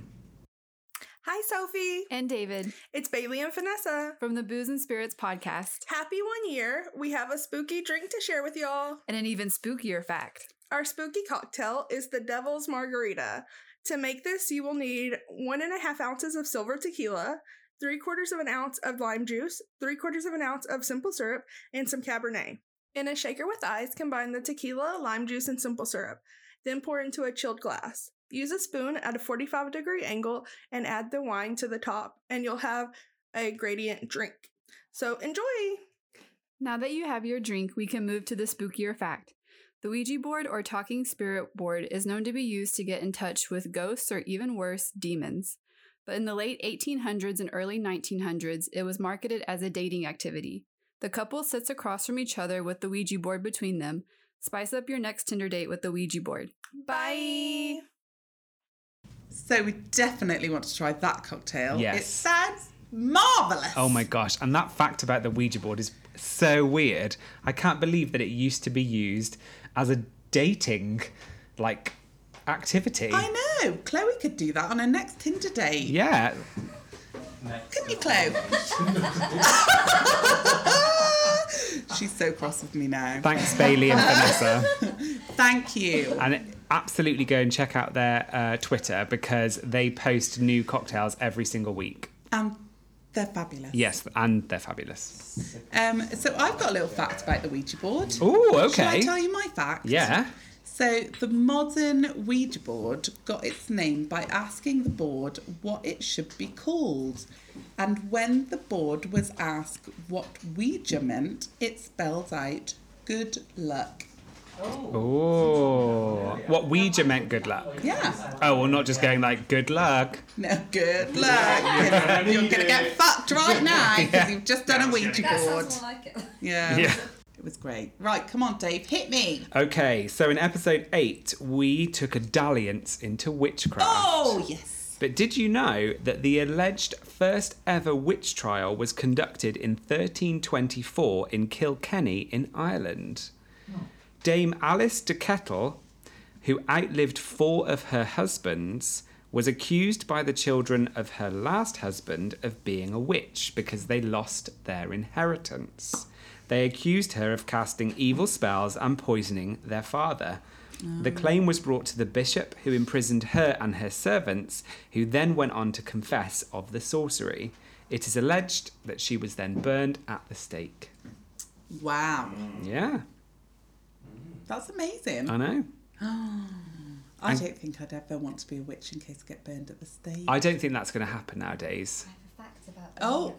S16: Hi, Sophie. And David. It's Bailey and Vanessa from the Booze and Spirits podcast. Happy one year. We have a spooky drink to share with y'all. And an even spookier fact our spooky cocktail is the Devil's Margarita. To make this, you will need one and a half ounces of silver tequila, three quarters of an ounce of lime juice, three quarters of an ounce of simple syrup, and some Cabernet. In a shaker with ice, combine the tequila, lime juice, and simple syrup. Then pour into a chilled glass. Use a spoon at a 45 degree angle and add the wine to the top, and you'll have a gradient drink. So enjoy!
S17: Now that you have your drink, we can move to the spookier fact. The Ouija board or talking spirit board is known to be used to get in touch with ghosts or even worse, demons. But in the late 1800s and early 1900s, it was marketed as a dating activity. The couple sits across from each other with the Ouija board between them. Spice up your next Tinder date with the Ouija board.
S16: Bye.
S2: So we definitely want to try that cocktail.
S1: Yes.
S2: It sounds marvelous.
S1: Oh my gosh. And that fact about the Ouija board is so weird. I can't believe that it used to be used as a dating like activity.
S2: I know. Chloe could do that on her next Tinder date.
S1: Yeah.
S2: Couldn't you, Chloe? She's so cross with me now.
S1: Thanks, Bailey and Vanessa.
S2: Thank you.
S1: And absolutely go and check out their uh, Twitter because they post new cocktails every single week.
S2: Um, they're fabulous.
S1: Yes, and they're fabulous.
S2: Um, so I've got a little fact about the Ouija board.
S1: Ooh,
S2: Shall I
S1: okay.
S2: tell you my fact?
S1: Yeah.
S2: So the modern Ouija board got its name by asking the board what it should be called. And when the board was asked what Ouija meant, it spelled out good luck.
S1: Oh. What Ouija meant good luck.
S2: Yeah.
S1: Oh, well, not just going like good luck.
S2: No, good luck. You're going to get fucked right now because you've just done a Ouija
S5: That
S2: board.
S5: sounds more like it.
S2: Yeah.
S1: Yeah.
S2: Um, It was great. Right, come on, Dave, hit me.
S1: Okay, so in episode eight, we took a dalliance into witchcraft.
S2: Oh, yes.
S1: But did you know that the alleged first ever witch trial was conducted in 1324 in Kilkenny in Ireland? Dame Alice de Kettle, who outlived four of her husbands, was accused by the children of her last husband of being a witch because they lost their inheritance. They accused her of casting evil spells and poisoning their father. The
S18: Oh.
S1: claim was brought to the bishop, who imprisoned her and her servants, who then went on to confess of the sorcery. It is alleged that she was then burned at the stake.
S2: Wow.
S5: Mm.
S1: Yeah,
S2: That's amazing.
S1: I know.
S2: I
S1: And-
S2: don't think I'd ever want to be a witch in case I get burned at the stake.
S1: I don't think that's going to happen nowadays.
S2: Oh.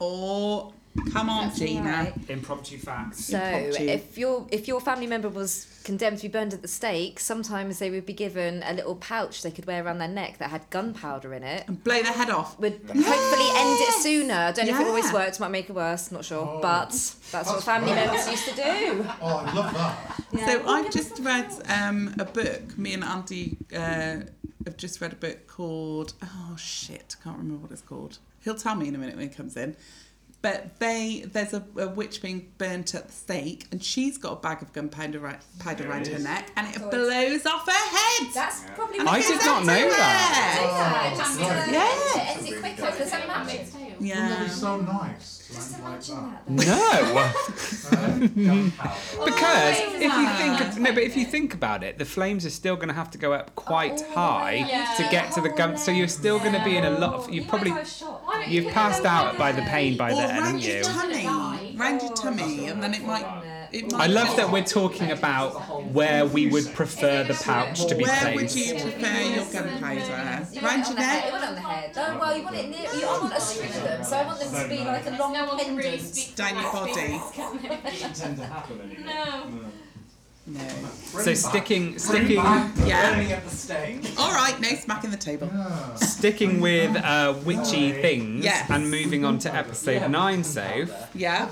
S2: Oh, come on,
S5: That's all right.
S2: Gina.
S1: Impromptu facts.
S5: So, if your if your family member was condemned to be burned at the stake, sometimes they would be given a little pouch they could wear around their neck that had gunpowder in it. And
S2: blow their head off.
S5: Would hopefully end it sooner. I don't know if it always
S2: Yeah.
S5: worked, might make it worse, not sure.
S4: Oh.
S5: But that's, what family members used to do.
S2: Oh, I love that. So I've just read um, a book. Me and Andy uh, have just read a book called Oh shit, can't remember what it's called. He'll tell me in a minute when he comes in. But they there's a, a witch being burnt at the stake, and she's got a bag of gunpowder right, powder
S5: There
S2: around
S5: it
S2: her
S5: is.
S2: neck, and it
S5: So it's-
S2: blows off her head.
S5: That's probably
S2: And
S1: I
S2: it
S1: did
S2: goes
S1: not know
S2: everywhere.
S1: that. Oh,
S2: Yeah.
S7: Wouldn't that
S2: Yeah.
S7: be so nice? Like, like that.
S1: No. because
S7: Oh,
S1: if you think
S7: yeah.
S1: no, but if you think about it, the flames are still going to have to go up quite
S10: Oh,
S1: high
S10: yeah.
S1: to get to the gun. So you're still going to be in a lot of. You've probably you've passed out by the pain by
S2: or
S1: then,
S2: round
S1: haven't
S2: your
S1: you?
S2: tummy, round your
S5: Oh,
S2: tummy, and then it might. It might
S1: I love that we're talking about where we would prefer the pouch to be
S2: Where would
S1: placed.
S2: you prefer your gunpowder? Round
S5: You want it
S2: your
S5: on the head.
S2: neck?
S5: You want it on the head. No, well, you want it near. You, I want a string of them, so I want them to be like a long pendant
S2: down your body.
S10: No.
S1: So sticking, sticking,
S2: Yeah. All right, no smacking the table.
S1: sticking with uh, witchy things,
S2: Yes.
S1: and moving on to episode nine. Save.
S2: Yeah.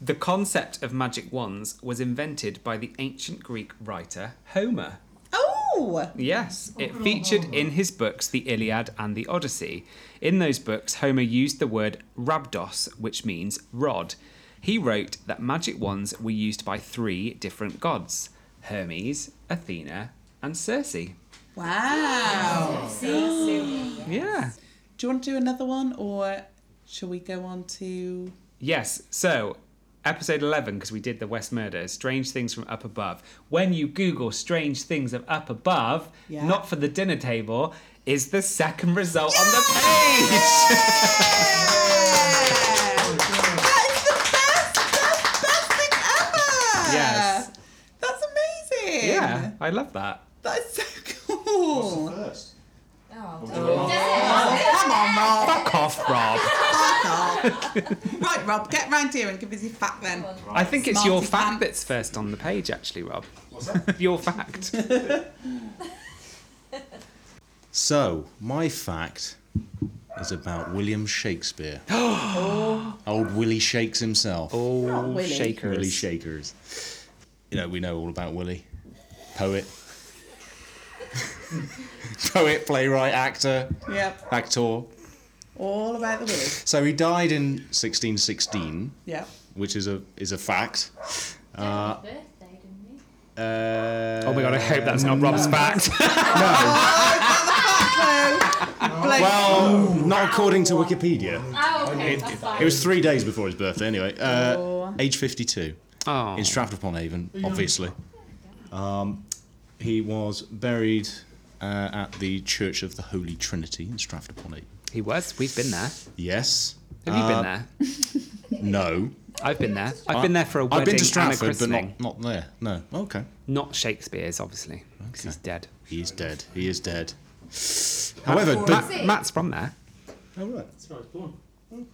S1: The concept of magic wands was invented by the ancient Greek writer Homer.
S2: Oh!
S1: Yes, it featured in his books The Iliad and The Odyssey. In those books, Homer used the word rhabdos, which means rod. He wrote that magic wands were used by three different gods Hermes, Athena, and Circe.
S6: Oh,
S2: Wow.
S1: Yeah.
S2: Do you want to do another one, or shall we go on to?
S1: Yes. So, episode 11, because we did the West Murder, Strange Things from Up Above. When you Google Strange Things of Up Above,
S2: Yeah.
S1: not for the dinner table, is the second result on the page.
S2: That's the best, the best thing ever.
S1: I love that.
S2: That's so cool. Oh,
S6: What's the first?
S2: Come on, Rob.
S1: Fuck off, Rob.
S2: Fuck off. right, Rob, get round here and give us your fact then.
S1: I think it's your
S2: Smarty
S1: fact that's first on the page, actually, Rob. What's that? your fact.
S6: So, my fact is about William Shakespeare. Old Willie Shakes himself.
S1: Oh, Willie. Shakers.
S6: Willie Shakers. You know, we know all about Willie. Poet. Poet, playwright, actor,
S2: Yep.
S6: actor.
S2: All about the Willie.
S6: So he died in 1616,
S2: Yep.
S6: which is a is a fact. Uh,
S10: birthday,
S6: uh,
S1: Oh my God, I hope that's not Rob's fact.
S2: Blake.
S6: Well, not according to Wikipedia.
S10: Oh, okay,
S6: It,
S10: that's fine.
S6: it was three days before his birthday, anyway. Uh, Age 52.
S1: Oh.
S6: In Stratford upon Avon,
S10: Yeah.
S6: obviously. Um, he was buried uh, at the Church of the Holy Trinity in Stratford upon Avon.
S1: He was. We've been there.
S6: Yes.
S1: Have you
S6: Uh,
S1: been there?
S6: No.
S1: I've been there. I've been there for a
S6: I've been
S1: wedding
S6: to Stratford,
S1: and a
S6: but
S1: christening.
S6: not, not there. No. Okay.
S1: Not Shakespeare's, obviously, because he's dead.
S6: He is dead. He is dead. However,
S1: Matt-
S6: but-
S1: Matt- Matt's from there.
S6: Oh, right. That's
S8: where I was born.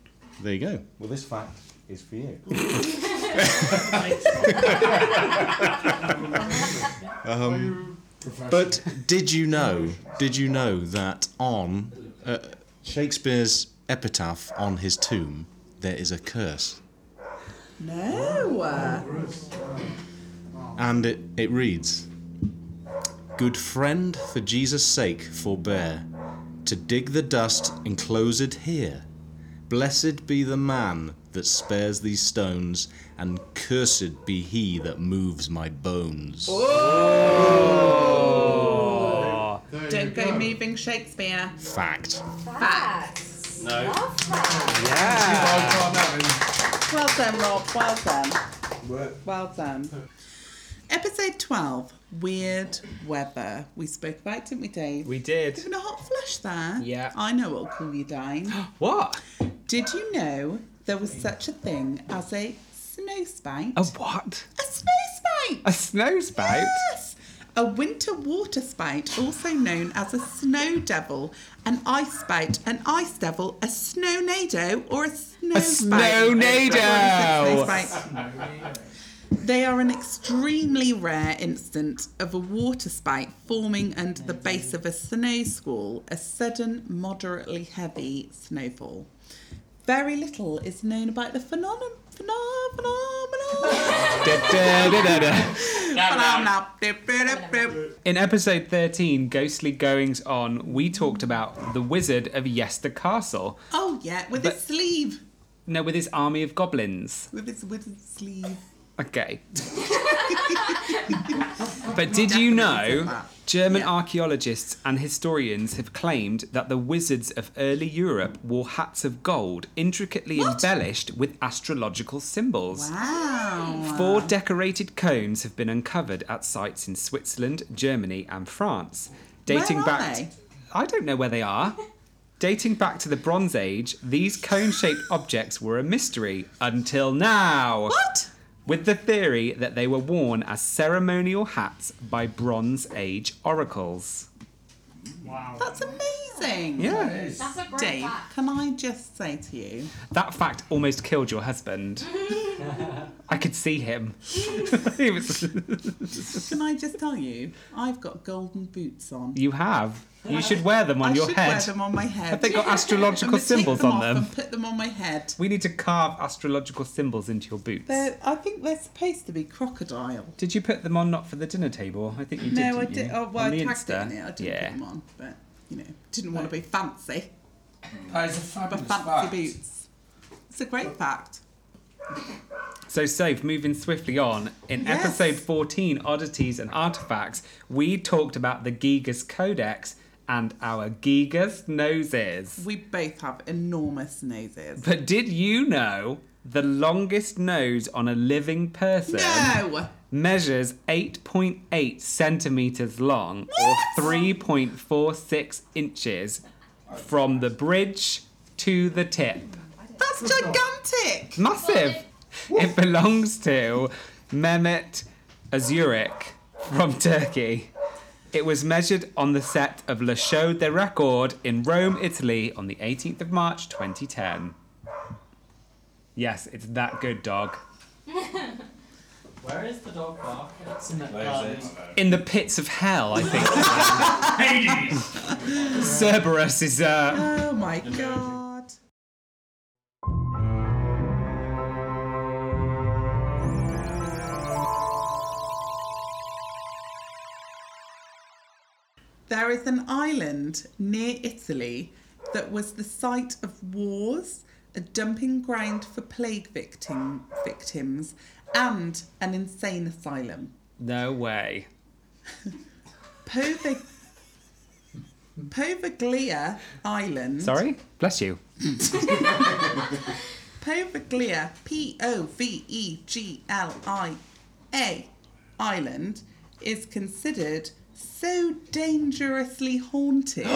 S6: There you go. Well, this fact is for you. um, but did you know? Did you know that on uh, Shakespeare's epitaph on his tomb there is a curse, Oh,
S2: No.
S6: and it it reads, "Good friend, for Jesus' sake, forbear to dig the dust enclosed here. Blessed be the man that spares these stones, and cursed be he that moves my bones."
S2: Don't go moving Shakespeare.
S6: Fact.
S2: Facts.
S6: No.
S2: Well done, Rob. Well done. Well done. Episode 12 Weird Weather. We spoke about it, didn't we, Dave?
S1: We did.
S2: Even a hot flush there.
S1: Yeah.
S2: I know what'll cool you down.
S1: what?
S2: Did you know there was such a thing as a snowspite?
S1: A what?
S2: A snowspite!
S1: A snow spout?
S2: Yes! A winter water spout, also known as a snow devil, an ice spout, an ice devil, a snownado, or a snow
S1: A
S2: spout.
S1: snownado!
S2: Everyone says snow spite. They are an extremely rare instance of a water spite forming under the base of a snow squall, a sudden, moderately heavy snowfall. Very little is known about the phenomenon.
S1: In episode 13, Ghostly Goings On, we talked about the wizard of Yester Castle.
S2: Oh yeah, with his sleeve.
S1: No, with his army of goblins.
S2: With his with his sleeve.
S1: Okay. But did you know German archaeologists and historians have claimed that the wizards of early Europe wore hats of gold intricately embellished with astrological symbols?
S2: Wow.
S1: Four decorated cones have been uncovered at sites in Switzerland, Germany, and France, dating
S2: Where are
S1: back.
S2: they?
S1: I don't know where they are. Dating back to the Bronze Age, these cone shaped objects were a mystery until now.
S2: What?
S1: With the theory that they were worn as ceremonial hats by Bronze Age oracles.
S2: Wow. That's amazing.
S1: Yeah. That is.
S10: That's a great
S2: Dave,
S10: fact.
S2: can I just say to you?
S1: That fact almost killed your husband. I could see him. He was-
S2: Can I just tell you? I've got golden boots on.
S1: you have. You should wear them on
S2: I
S1: your
S2: should
S1: head.
S2: wear them on my head.
S1: Have they got
S2: I'm
S1: astrological
S2: gonna take
S1: symbols
S2: them
S1: on
S2: off
S1: them?
S2: And put them on my head.
S1: We need to carve astrological symbols into your boots.
S2: They're, I think they're supposed to be crocodile.
S1: Did you put them on not for the dinner table? I think you did.
S2: no, I
S1: didn't
S2: did.
S1: you?
S2: Oh, well,
S1: on
S2: I
S1: the
S2: tagged
S1: Insta.
S2: it in it. I didn't
S1: yeah.
S2: put them on, but you know, didn't want to be fancy.
S14: Mm. That is a
S2: But
S14: fabulous
S2: fancy
S14: fact.
S2: boots. It's a great fact.
S1: So, Soph, moving swiftly on, in
S2: Yes.
S1: episode 14, Oddities and Artifacts, we talked about the Gigas Codex and our Gigas noses.
S2: We both have enormous noses.
S1: But did you know the longest nose on a living person
S2: No!
S1: measures 8.8 centimetres long or 3.46 inches from the bridge to the tip?
S2: That's gigantic.
S1: Massive. It belongs to Mehmet Azurik from Turkey. It was measured on the set of Le Show de Record in Rome, Italy on the 18th of March 2010. Yes, it's that good dog.
S14: Where is the dog park? It's in that
S6: Where is
S14: garden.
S1: In the pits of hell, I think. Cerberus is. Uh,
S2: Oh my god. There is an island near Italy that was the site of wars, a dumping ground for plague victim, victims, and an insane asylum.
S1: no way.
S2: Povig- Poveglia Island.
S1: Sorry? Bless you.
S2: Poveglia, P O V E G L I A, island is considered so dangerously haunted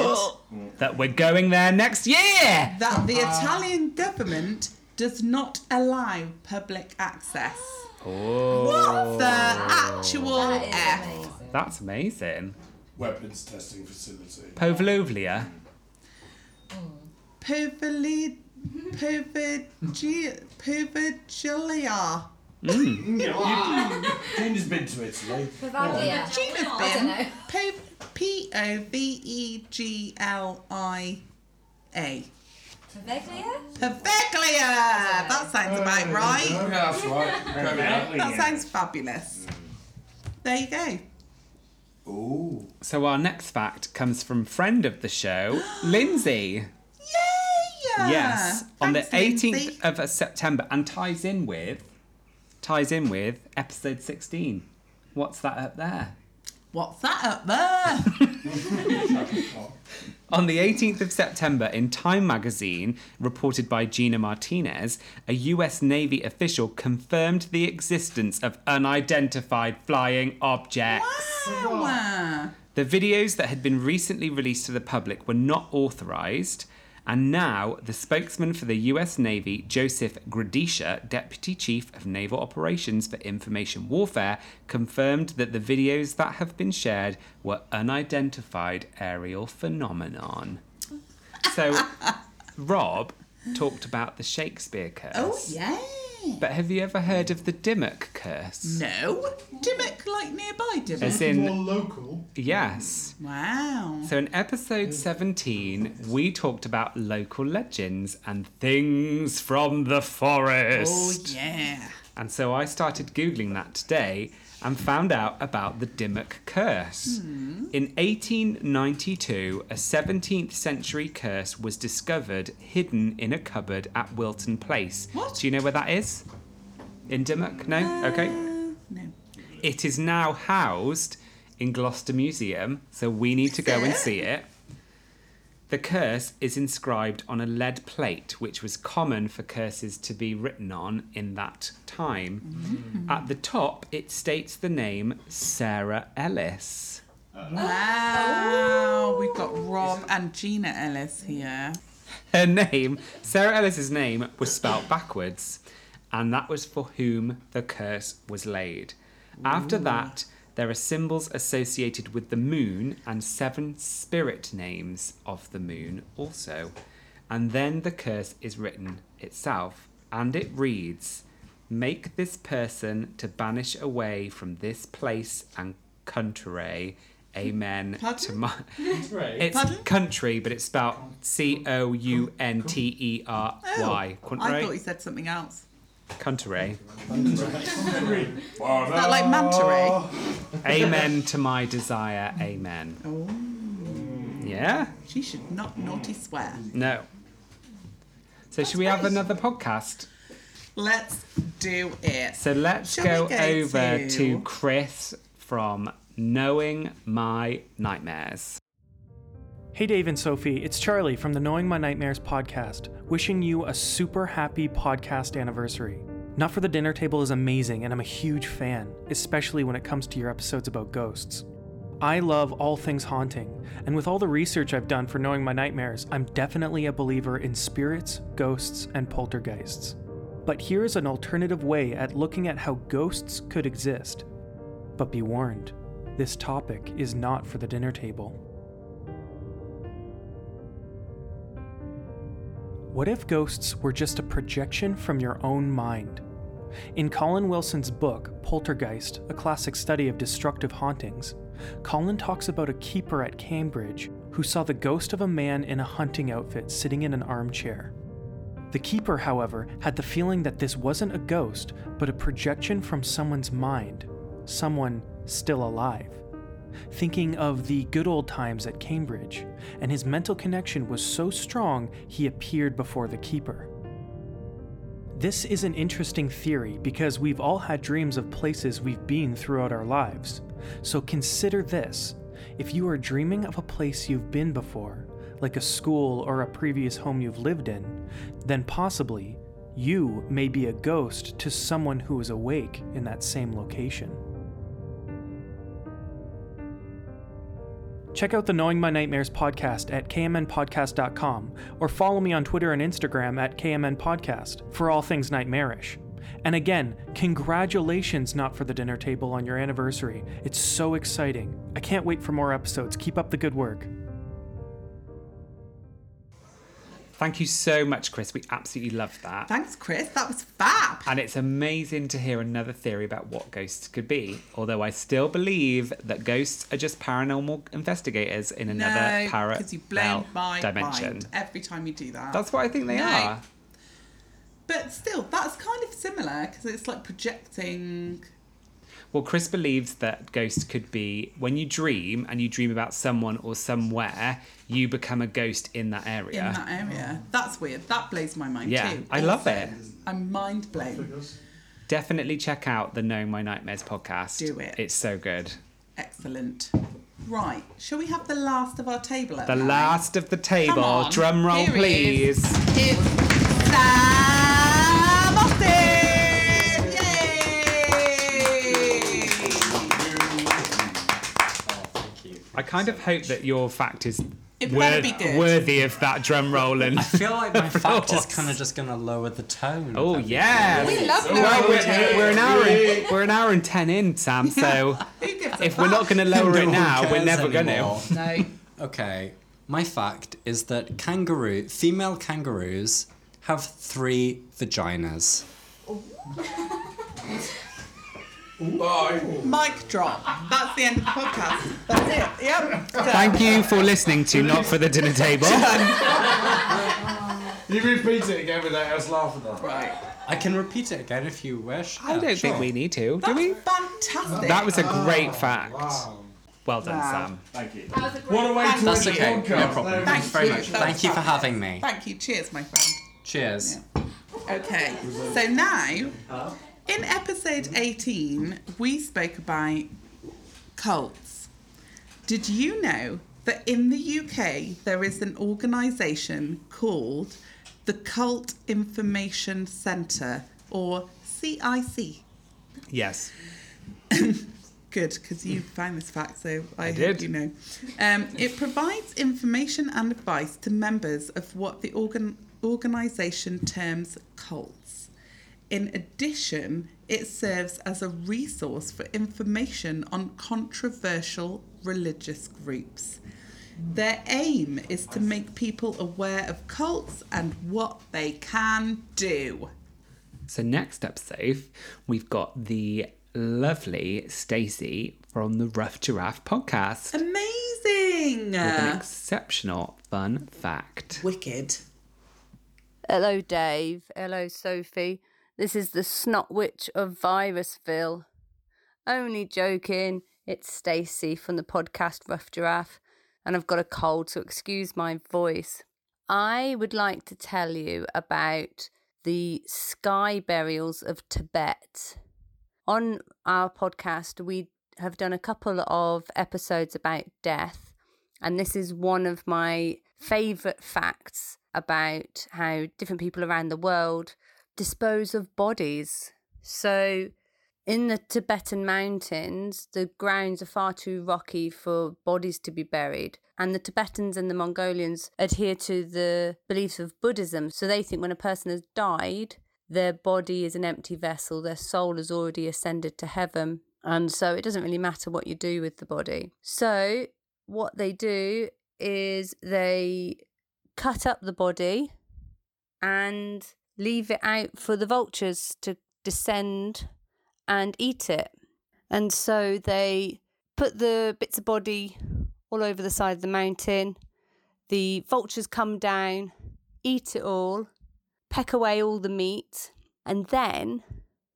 S1: that we're going there next year!
S2: that the Italian government does not allow public access.
S1: Oh.
S2: What the actual F?
S1: That's amazing.
S3: Weapons testing facility.
S1: Povlovlia.
S2: Poveglia, Poveglia, Poveglia.
S3: Mm. yeah, Gina's been to Italy.
S2: Poveglia.
S3: Oh.
S2: Gina's
S3: I don't know.
S2: been. Po- P O V E G L I A. Perfectlia! That sounds
S11: Mm.
S2: about right.
S3: That's right. Perfectly.
S2: That sounds fabulous. There you go.
S1: Ooh. So our next fact comes from friend of the show, Lindsay.
S19: Ah,
S2: Yeah.
S1: Yes, on the 18th of uh, September, and ties in with ties in with episode 16. What's that up there?
S2: What's that up there?
S1: On the 18th of September, in Time magazine, reported by Gina Martinez, a US Navy official confirmed the existence of unidentified flying objects.
S2: Wow.
S1: The videos that had been recently released to the public were not authorized, and now the spokesman for the US Navy, Joseph Gradisha, Deputy Chief of Naval Operations for Information Warfare, confirmed that the videos that have been shared were unidentified aerial phenomenon. So Rob talked about the Shakespeare curse.
S2: Oh, yeah.
S1: But have you ever heard of the Dimmock curse?
S2: No. Dimmock, like nearby Dimmock.
S1: As in- More
S2: local.
S1: Yes.
S2: Wow.
S1: So in episode 17, we talked about local legends and things from the
S2: Oh,
S1: forest.
S2: yeah.
S1: And so I started Googling that today and found out about the Dimmock curse.
S2: Hmm.
S1: In 1892, a 17th century curse was discovered hidden in a cupboard at Wilton Place. What? Do you know where that is? In Dimmock? No? okay. No. It is now housed in Gloucester Museum, so we need to go and see it. The curse is inscribed on a lead plate, which was common for curses to be written on in that time. At the top, it states the name Sarah Ellis.
S2: Wow. We've got Rob and Gina Ellis here.
S1: Her name, Sarah Ellis's name, was spelt backwards, and that was for whom the curse was laid. After
S18: Ooh.
S1: that, there are symbols associated with the moon and seven spirit names of the moon also. And then the curse is written itself, and it reads Make this person to banish away from this place and country. Amen. To my...
S14: Country?
S1: It's
S14: Pardon?
S1: country, but it's spelled C O U N T E R Y.
S2: Oh, I thought you
S1: Country.
S2: said something else.
S1: Country.
S2: Is that like Manta
S1: Amen to my desire. Amen.
S2: Oh.
S1: Yeah.
S2: She should not naughty swear.
S1: No. So should we have another podcast?
S2: Let's do it.
S1: So let's
S2: Shall
S1: go,
S2: we go
S1: over to...
S2: to-
S1: Chris from Knowing My Nightmares.
S20: Hey Dave and Sophie, it's Charlie from the Knowing My Nightmares podcast, wishing you a super happy podcast anniversary. Not for the Dinner Table is amazing, and I'm a huge fan, especially when it comes to your episodes about ghosts. I love all things haunting, and with all the research I've done for Knowing My Nightmares, I'm definitely a believer in spirits, ghosts, and poltergeists. But here is an alternative way at looking at how ghosts could exist. But be warned, This topic is not for the dinner table. What if ghosts were just a projection from your own mind? In Colin Wilson's book, Poltergeist, a classic study of destructive hauntings, Colin talks about a keeper at Cambridge who saw the ghost of a man in a hunting outfit sitting in an armchair. The keeper, however, had the feeling that this wasn't a ghost, but a projection from someone's mind, someone still alive. Thinking of the good old times at Cambridge, and his mental connection was so strong he appeared before the keeper. This is an interesting theory because we've all had dreams of places we've been throughout our lives. So consider this if you are dreaming of a place you've been before, like a school or a previous home you've lived in, then possibly you may be a ghost to someone who is awake in that same location. Check out the Knowing My Nightmares podcast at kmnpodcast.com or follow me on Twitter and Instagram at kmnpodcast for all things nightmarish. And again, congratulations, Not for the Dinner Table, on your anniversary. It's so exciting. I can't wait for more episodes. Keep up the good work.
S1: Thank you so much, Chris. We absolutely loved that.
S2: Thanks, Chris. That was fab.
S1: And it's amazing to hear another theory about what ghosts could be, although I still believe that ghosts are just paranormal investigators in another
S2: no,
S1: para
S2: because you blame my
S1: dimension.
S2: mind every time you do that.
S1: That's what I think they
S2: No,
S1: are.
S2: But still, that's kind of similar because it's like projecting.
S1: Well, Chris believes that ghosts could be when you dream and you dream about someone or somewhere, you become a ghost in that area.
S2: in that area. That's weird. That blows my mind
S1: Yeah,
S2: too.
S1: I love
S2: Also,
S1: it.
S2: I'm mind blown.
S1: Definitely check out the Knowing My Nightmares podcast.
S2: Do it.
S1: It's so good.
S2: Excellent. Right, shall we have the last of our table? Up
S1: The
S2: now?
S1: last of the
S2: Come
S1: table.
S2: on,
S1: Drum roll,
S2: here it
S1: please.
S2: is. It's Sam Austin!
S1: I kind of hope that your fact is
S2: It
S1: wor-
S2: better be good.
S1: worthy of that drum roll. And I
S15: feel like my fact is
S1: applause.
S15: kind of just going to lower the tone.
S1: Oh yeah,
S15: We
S2: love
S1: well,
S2: lower
S1: we're,
S2: tone.
S1: we're an hour. In, we're an hour and ten in, Sam. So if we're not going to lower it
S15: No one
S1: now, we're
S15: cares
S1: never going
S15: anymore.
S1: to.
S15: Okay, my fact is that kangaroo, female kangaroos, have three vaginas.
S2: Bye. Mic drop. That's the end of the podcast. That's it. Yep. Done.
S1: Thank you for listening to Not for the Dinner Table.
S15: You repeat it again without us laughing.
S2: Right.
S15: I can repeat it again if you wish.
S1: I don't think we need to, do we?
S2: Fantastic.
S1: That was a
S2: Oh,
S1: great fact. Well done,
S15: Wow.
S1: Sam.
S6: Thank you.
S2: That was a great
S15: What a way to
S2: That's
S15: end the
S2: okay.
S15: podcast.
S2: No problem.
S15: Thank you very
S2: you.
S15: much.
S2: That was
S15: Thank you for
S2: fabulous.
S15: having me.
S2: Thank you. Cheers, my friend.
S15: Cheers.
S2: Okay, so now, in episode 18, we spoke about cults. Did you know that in the UK there is an organisation called the Cult Information Centre, or CIC?
S1: Yes.
S2: Good, because you found this fact, so I,
S1: I
S2: hope
S1: did.
S2: you know. Um, it provides information and advice to members of what the organ- organisation terms cults. In addition, it serves as a resource for information on controversial religious groups. Their aim is to make people aware of cults and what they can do.
S1: So next up, Soph, we've got the lovely Stacey from the Rough Giraffe podcast
S2: Amazing!
S1: with an exceptional fun fact.
S2: Wicked.
S18: Hello, Dave. Hello, Sophie. This is the Snot Witch of Virusville. Only joking. It's Stacey from the podcast Rough Giraffe, and I've got a cold, so excuse my voice. I would like to tell you about the sky burials of Tibet. On our podcast, we have done a couple of episodes about death, and this is one of my favorite facts about how different people around the world dispose of bodies. So, in the Tibetan mountains, the grounds are far too rocky for bodies to be buried. And the Tibetans and the Mongolians adhere to the beliefs of Buddhism. So they think when a person has died, their body is an empty vessel, their soul has already ascended to heaven. And so it doesn't really matter what you do with the body. So what they do is they cut up the body and leave it out for the vultures to descend and eat it. And so they put the bits of body all over the side of the mountain. The vultures come down, eat it all, peck away all the meat, and then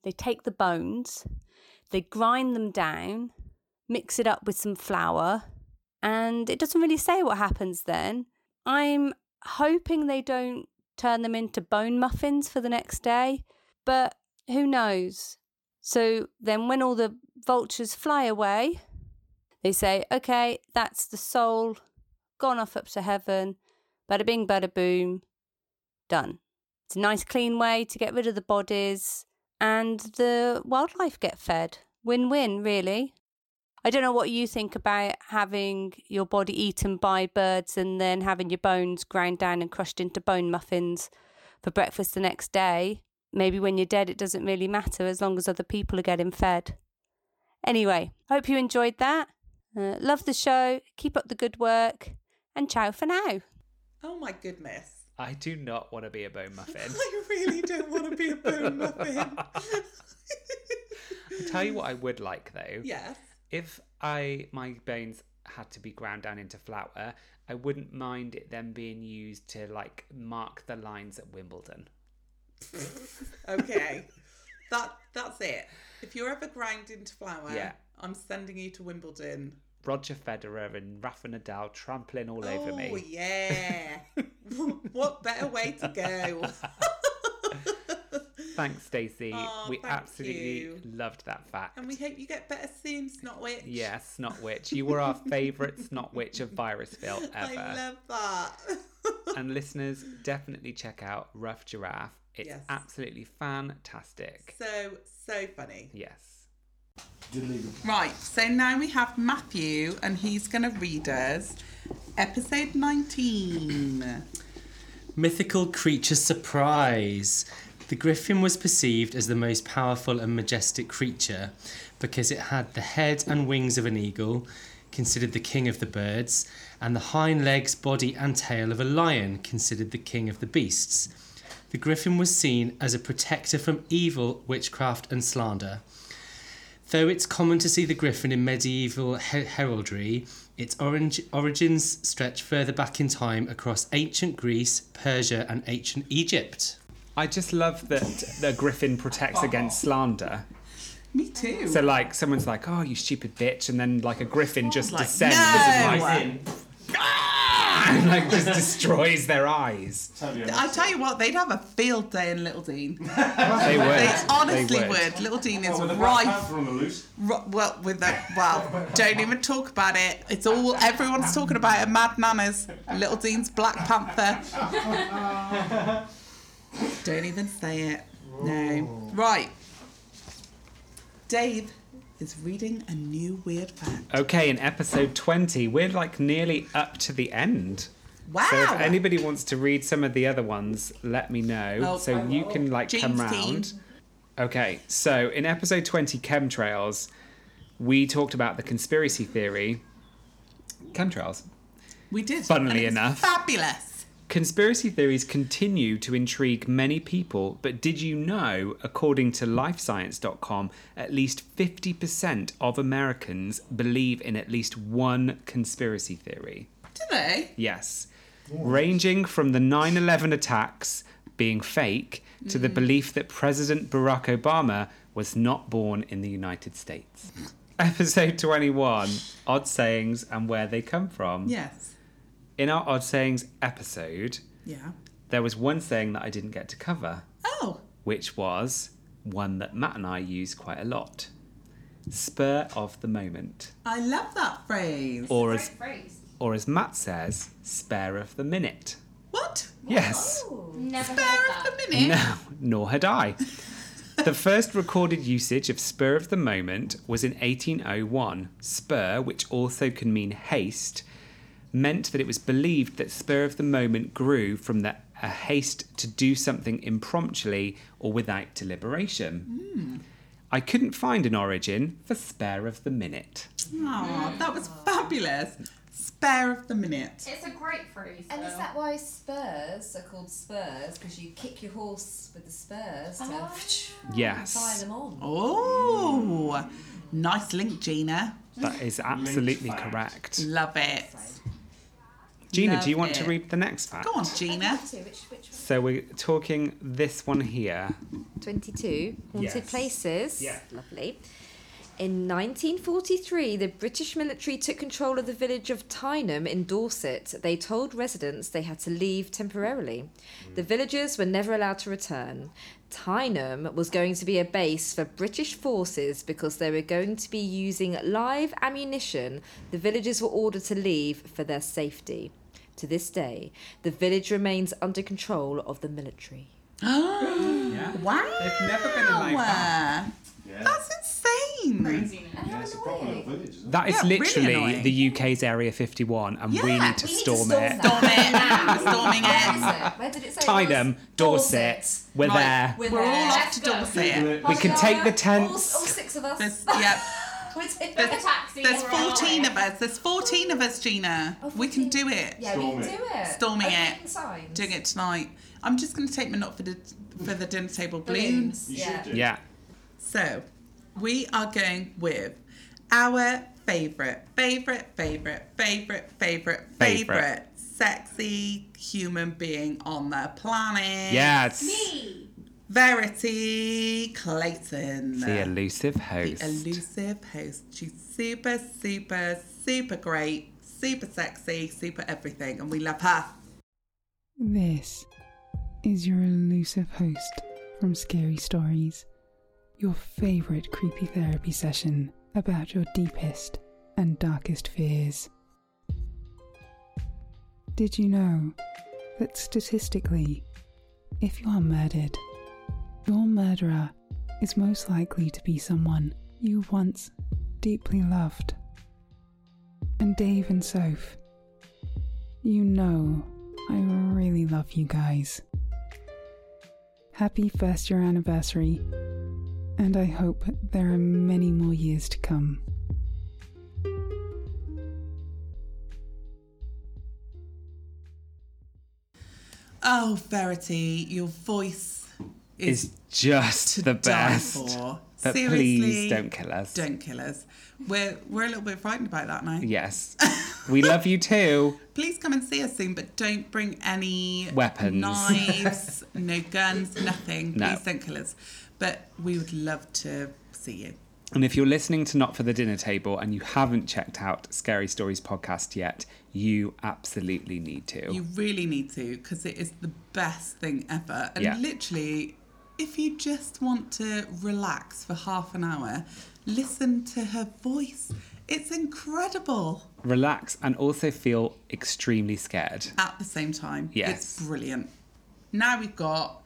S18: they take the bones, they grind them down, mix it up with some flour, and it doesn't really say what happens then. I'm hoping they don't turn them into bone muffins for the next day, but who knows? So then, when all the vultures fly away, they say, okay, that's the soul gone off up to heaven. Bada bing, bada boom. Done. It's a nice, clean way to get rid of the bodies and the wildlife get fed. Win win, really. I don't know what you think about having your body eaten by birds and then having your bones ground down and crushed into bone muffins for breakfast the next day. Maybe when you're dead, it doesn't really matter as long as other people are getting fed. Anyway, hope you enjoyed that. Uh, love the show. Keep up the good work. And ciao for now.
S2: Oh my goodness.
S1: I do not want to be a bone muffin.
S2: I really don't want to be a bone muffin.
S1: I tell you what I would like though.
S2: Yes.
S1: If I my bones had to be ground down into flour, I wouldn't mind it then being used to like mark the lines at Wimbledon.
S2: Okay. that that's it. If you're ever grinding to flour,
S1: Yeah.
S2: I'm sending you to Wimbledon.
S1: Roger Federer and Rafa Nadal trampling all over me.
S2: Oh yeah. what better way to go?
S1: Thanks, Stacey.
S2: Oh,
S1: we
S2: thank
S1: absolutely
S2: you.
S1: loved that fact.
S2: And we hope you get better soon, Snotwitch.
S1: Yes, Snot Witch. You were our favourite Snot Witch of Virusville ever.
S2: I love that.
S1: and listeners, definitely check out Rough Giraffe. It's
S2: Yes.
S1: absolutely fantastic.
S2: So so funny.
S1: Yes.
S2: Right, so now we have Matthew, and he's going to read us episode 19.
S8: Mythical creature surprise. The griffin was perceived as the most powerful and majestic creature because it had the head and wings of an eagle, considered the king of the birds, and the hind legs, body, and tail of a lion, considered the king of the beasts. The griffin was seen as a protector from evil, witchcraft, and slander. Though it's common to see the griffin in medieval he- heraldry, its orange- origins stretch further back in time across ancient Greece, Persia, and ancient Egypt.
S1: I just love that the griffin protects against
S2: Oh.
S1: slander.
S2: Me too.
S1: So, like, someone's like, oh, you stupid bitch. And then, like, a griffin just
S2: Like,
S1: descends and,
S2: "No!"
S1: like, and, like, just destroys their eyes.
S2: I tell you what, they'd have a field day in Little Dean. they
S1: They would.
S2: honestly
S1: They would.
S2: Little Dean is
S1: Oh, with the Black
S2: rife.
S1: Panther on the loose?
S2: Ri- well, with that, well, don't even talk about it. It's all everyone's talking about it. Mad Manners, Little Dean's Black Panther. don't even say it. No. Right. Dave is reading a new weird fact.
S1: Okay, in episode 20, we're like nearly up to the end.
S2: Wow.
S1: So if anybody wants to read some of the other ones, let me know.
S2: Oh,
S1: so
S2: I
S1: you
S2: will.
S1: can like come
S2: James Dean.
S1: round. Okay, so in episode 20, chemtrails, we talked about the conspiracy theory. Chemtrails.
S2: We did.
S1: Funnily enough.
S2: Fabulous.
S1: Conspiracy theories continue to intrigue many people, but did you know, according to lifescience.com, at least 50% of Americans believe in at least one conspiracy theory?
S2: Do they?
S1: Yes. Ranging from the 9 11 attacks being fake to the belief that President Barack Obama was not born in the United States. Episode 21 Odd Sayings and Where They Come From.
S2: Yes.
S1: In our Odd Sayings episode,
S2: Yeah.
S1: there was one saying that I didn't get to cover.
S2: Oh.
S1: Which was one that Matt and I use quite a lot spur of the moment.
S2: I love that phrase.
S1: Or as, or as Matt says, spare of the minute.
S2: What?
S1: Yes.
S10: Never
S2: Spare of the minute.
S1: No, nor had I. The first recorded usage of spur of the moment was in 1801. Spur, which also can mean haste, meant that it was believed that spur of the moment grew from the, a haste to do something impromptuly or without deliberation. I couldn't find an origin for Spare of the Minute.
S2: Oh, that was fabulous. Spare of the minute.
S10: It's a great phrase.
S5: And is
S10: though.
S5: that why spurs are called spurs? Because you kick your horse with the spurs to
S10: Ah.
S1: Yes.
S5: fire them on.
S2: Oh, nice link, Gina.
S1: That is
S2: Mm.
S1: absolutely correct.
S2: Love it.
S1: Gina,
S2: Love
S1: do you want to
S2: it.
S1: read the next fact?
S2: Go on, Gina.
S1: So we're talking this one here.
S5: 22 haunted
S1: Yes.
S5: places
S1: Yeah.
S5: lovely in 1943 the british military took control of the village of tyneham in dorset they told residents they had to leave temporarily the
S1: Mm.
S5: villagers were never allowed to return tyneham was going to be a base for british forces because they were going to be using live ammunition the villagers were ordered to leave for their safety to this day the village remains under control of the military
S2: Wow.
S1: They've never been in like that.
S2: That's insane.
S5: Yeah, it's a proper little
S2: village, isn't
S1: That is literally
S2: annoying.
S1: the UK's Area 51, and we
S2: Yeah,
S1: need to
S2: we need to
S1: storm
S2: storm
S1: it.
S2: that. Storm it. Storming
S5: Where is it? Where did it say it was?
S1: Tyneham, Dorset, we're
S5: Right,
S1: there.
S5: We're,
S2: We're
S5: there.
S2: all off to Dorset.
S1: We can take the
S5: All, all
S1: tents.
S5: six of us.
S2: yep.
S5: We're taking
S2: There's,
S5: a taxi.
S2: there's
S5: We're on our
S2: 14
S5: way.
S2: of us. There's 14 of us, Gina. we can do it.
S5: Yeah, we can do it.
S2: Storming
S5: Are we
S2: it.
S5: making signs?
S2: Doing it tonight. I'm just going to take my not for the, for the dinner table
S5: Balloons,
S2: balloons.
S5: You should yeah. do.
S1: Yeah.
S2: So, we are going with our favourite, favourite, favourite, favourite, favourite, favourite
S1: Favourite.
S2: sexy human being on the planet.
S1: Yes.
S10: Me.
S2: Verity Clayton.
S1: The elusive host.
S2: The elusive host. She's super, super, super great, super sexy, super everything, and we love her.
S19: This is your elusive host from Scary Stories, your favourite creepy therapy session about your deepest and darkest fears. Did you know that statistically, if you are murdered, your murderer is most likely to be someone you once deeply loved? And Dave and Soph, you know I really love you guys. Happy first year anniversary, and I hope there are many more years to come.
S2: Oh, Verity, your voice is
S1: Is just the
S2: die
S1: best.
S2: for.
S1: But
S2: Seriously,
S1: please don't kill us.
S2: Don't kill us. We're we're a little bit frightened about that now.
S1: Yes. we love you too.
S2: Please come and see us soon, but don't bring any
S1: Weapons.
S2: knives, no guns, nothing.
S1: No.
S2: Please don't kill us. But we would love to see you.
S1: And if you're listening to Not for the Dinner Table and you haven't checked out Scary Stories podcast yet, you absolutely need to.
S2: You really need to because it is the best thing ever. And
S1: Yeah.
S2: literally, if you just want to relax for half an hour, listen to her voice. It's incredible
S1: Relax and also feel extremely scared.
S2: at the same time.
S1: Yes.
S2: It's brilliant. Now we've got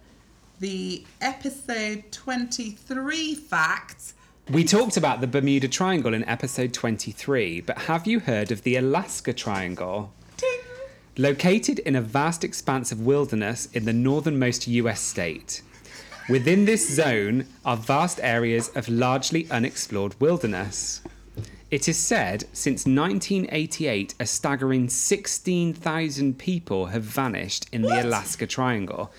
S2: the episode 23 fact.
S1: We talked about the Bermuda Triangle in episode 23, but have you heard of the Alaska Triangle? Located in a vast expanse of wilderness in the northernmost US state. Within this zone are vast areas of largely unexplored wilderness. It is said since 1988, a staggering 16,000 people have vanished in the Alaska Triangle,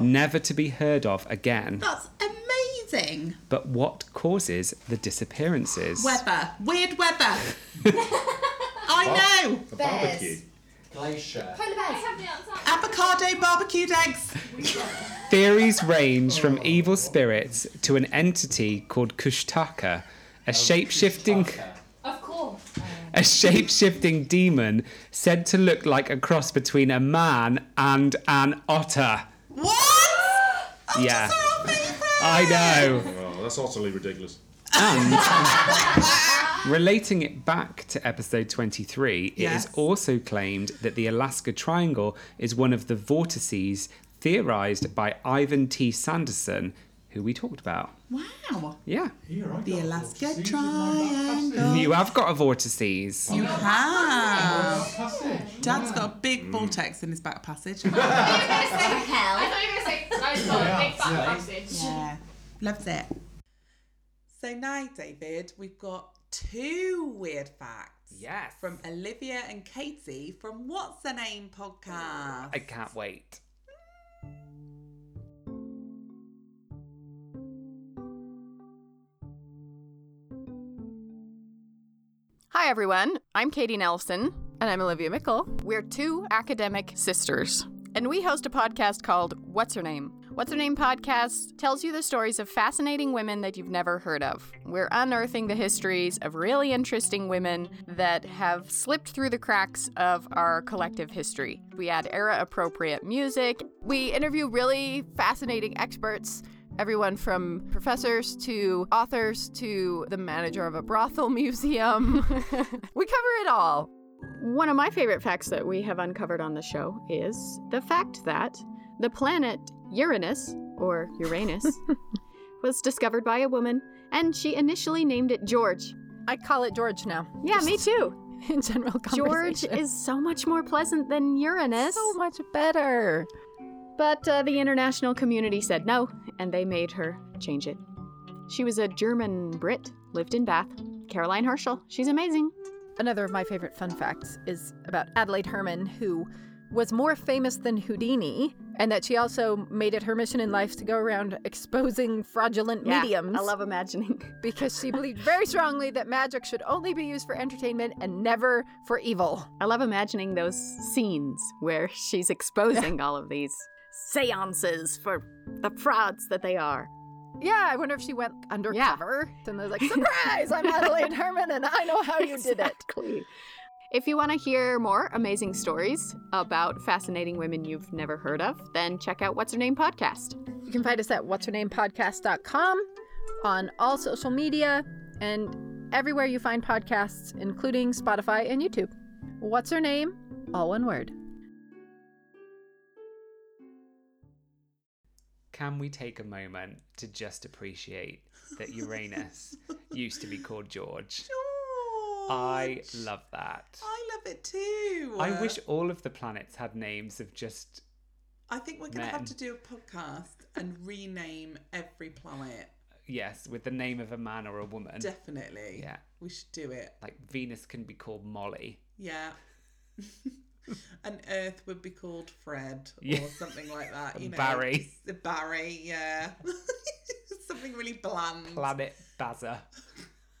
S1: never to be heard of again.
S2: That's amazing.
S1: But what causes the disappearances?
S2: Weather. Weird weather. I know.
S14: Glacier.
S10: Polar bears. I have the answer.
S2: Avocado barbecued eggs.
S1: Theories range from evil spirits to an entity called Kushtaka, a shape-shifting
S10: Of course.
S1: a shape-shifting demon said to look like a cross between a man and an otter.
S2: What?
S1: yeah. I know.
S21: Well, that's utterly ridiculous.
S1: Relating it back to episode 23, it
S21: Yes.
S1: is also claimed that the Alaska Triangle is one of the vortices theorized by Ivan T. Sanderson, who we talked about.
S2: Wow.
S1: Yeah.
S2: the Alaska Triangle.
S1: You have got a vortices.
S2: Oh. You have.
S10: Passage.
S2: Dad's got a big vortex in his back passage.
S10: I thought you were going to say, I thought you were going to say, I've got a big fat
S2: Yeah. Loves it. So now, David, we've got two weird facts.
S1: Yes.
S2: From Olivia and Katie from What's the Name podcast.
S1: I can't wait.
S21: Hi, everyone. I'm Katie Nelson. And I'm Olivia Mickle. We're two academic sisters. And we host a podcast called What's Her Name? What's Her Name podcast tells you the stories of fascinating women that you've never heard of. We're unearthing the histories of really interesting women that have slipped through the cracks of our collective history. We add era appropriate music. We interview really fascinating experts everyone from professors to authors to the manager of a brothel museum. we cover it all. One of my favorite facts that we have uncovered on the show is the fact that the planet Uranus, or Uranus, was discovered by a woman and she initially named it George. I call it George now. Yeah, me too.
S22: In general
S21: George
S22: conversation.
S21: is so much more pleasant than Uranus. So
S22: much better.
S21: But uh, the international community said no, and they made her change it. She was a German Brit, lived in Bath. Caroline Herschel. She's amazing.
S22: Another of my favorite fun facts is about Adelaide Herman, who was more famous than Houdini, and that she also made it her mission in life to go around exposing fraudulent
S21: Yeah,
S22: mediums.
S21: I love imagining.
S22: because she believed very strongly that magic should only be used for entertainment and never for evil.
S21: I love imagining those scenes where she's exposing all of these seances for the frauds that they are.
S22: Yeah, I wonder if she went undercover and was like, "Surprise! I'm Adelaide Herman, and I know how you did it."
S21: Exactly. If you want to hear more amazing stories about fascinating women you've never heard of, then check out What's Her Name podcast.
S22: You can find us at what's her name podcast.com on all social media and everywhere you find podcasts, including Spotify and YouTube. What's her name? All one word.
S1: Can we take a moment to just appreciate that Uranus used to be called George? I love that.
S2: I love it too.
S1: I wish all of the planets had names of just
S2: I think we're going to
S1: men.
S2: have to do a podcast and rename every planet.
S1: yes with the name of a man or a woman.
S2: Definitely.
S1: Yeah.
S2: We should do it.
S1: Like Venus can be called Molly.
S2: Yeah. and Earth would be called Fred or
S1: Yeah.
S2: something like that.
S1: And
S2: You know,
S1: Barry.
S2: just- Barry, yeah. something really bland.
S1: Planet Baza.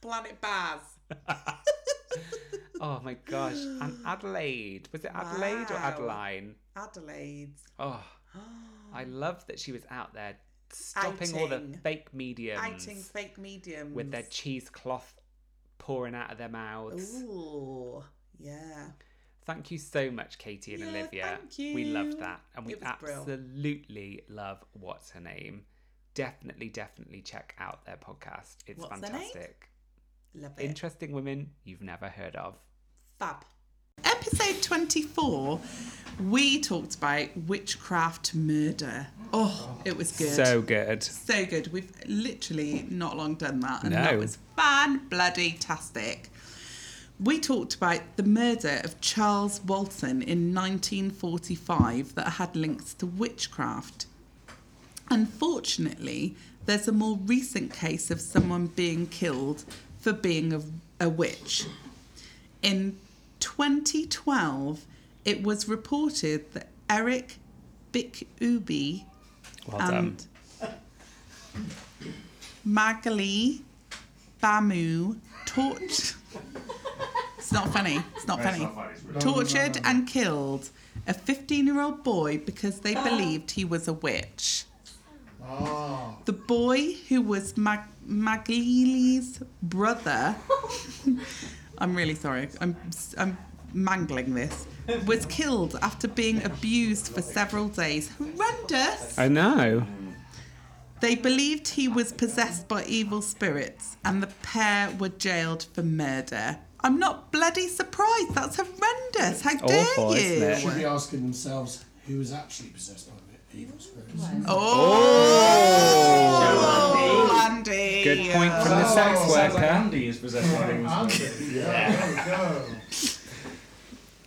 S2: Planet Baz.
S1: Oh my gosh. And Adelaide. Was it Adelaide or
S2: Wow.
S1: Adeline?
S2: Adelaide.
S1: Oh. I love that she was out there stopping all the
S2: Outing.
S1: fake mediums
S2: Outing fake mediums.
S1: with their cheesecloth pouring out of their mouths.
S2: Ooh. Yeah.
S1: Thank you so much, Katie and
S2: Yeah,
S1: Olivia.
S2: thank
S1: We
S2: you.
S1: loved that. And we
S2: It was brill.
S1: absolutely love What's Her Name. Definitely, definitely check out their podcast. It's
S2: What's Her Name?
S1: fantastic.
S2: Love it.
S1: Interesting women you've never heard of.
S2: Fab. Episode 24, we talked about witchcraft murder. Oh, it was good.
S1: So good.
S2: So good. We've literally not long done that, and
S1: No.
S2: that was fan bloody tastic. We talked about the murder of Charles Walton in 1945 that had links to witchcraft. Unfortunately, there's a more recent case of someone being killed for being a, a witch. In 2012, it was reported that Eric Bikubi
S1: Well
S2: and Magali Bamu tortured. it's not funny. It's not
S11: No, it's
S2: funny.
S11: not funny, it's really-
S2: Tortured
S11: No, no, no,
S2: and killed a 15 year old boy because they believed he was a witch.
S11: Ah.
S2: The boy who was Mag- Maglili's brother. I'm really sorry. I'm I'm mangling this. Was killed after being abused for several days. Horrendous.
S1: I know.
S2: They believed he was possessed by evil spirits, and the pair were jailed for murder. I'm not bloody surprised. That's horrendous. How dare you?
S4: They should be asking themselves who is actually possessed by the evil spirits.
S1: Oh.
S2: Oh, Andy.
S1: Good point from
S4: Oh,
S1: the sex
S6: sounds like
S1: worker.
S6: Andy is possessed by demons.
S4: Andy, yeah, there we go.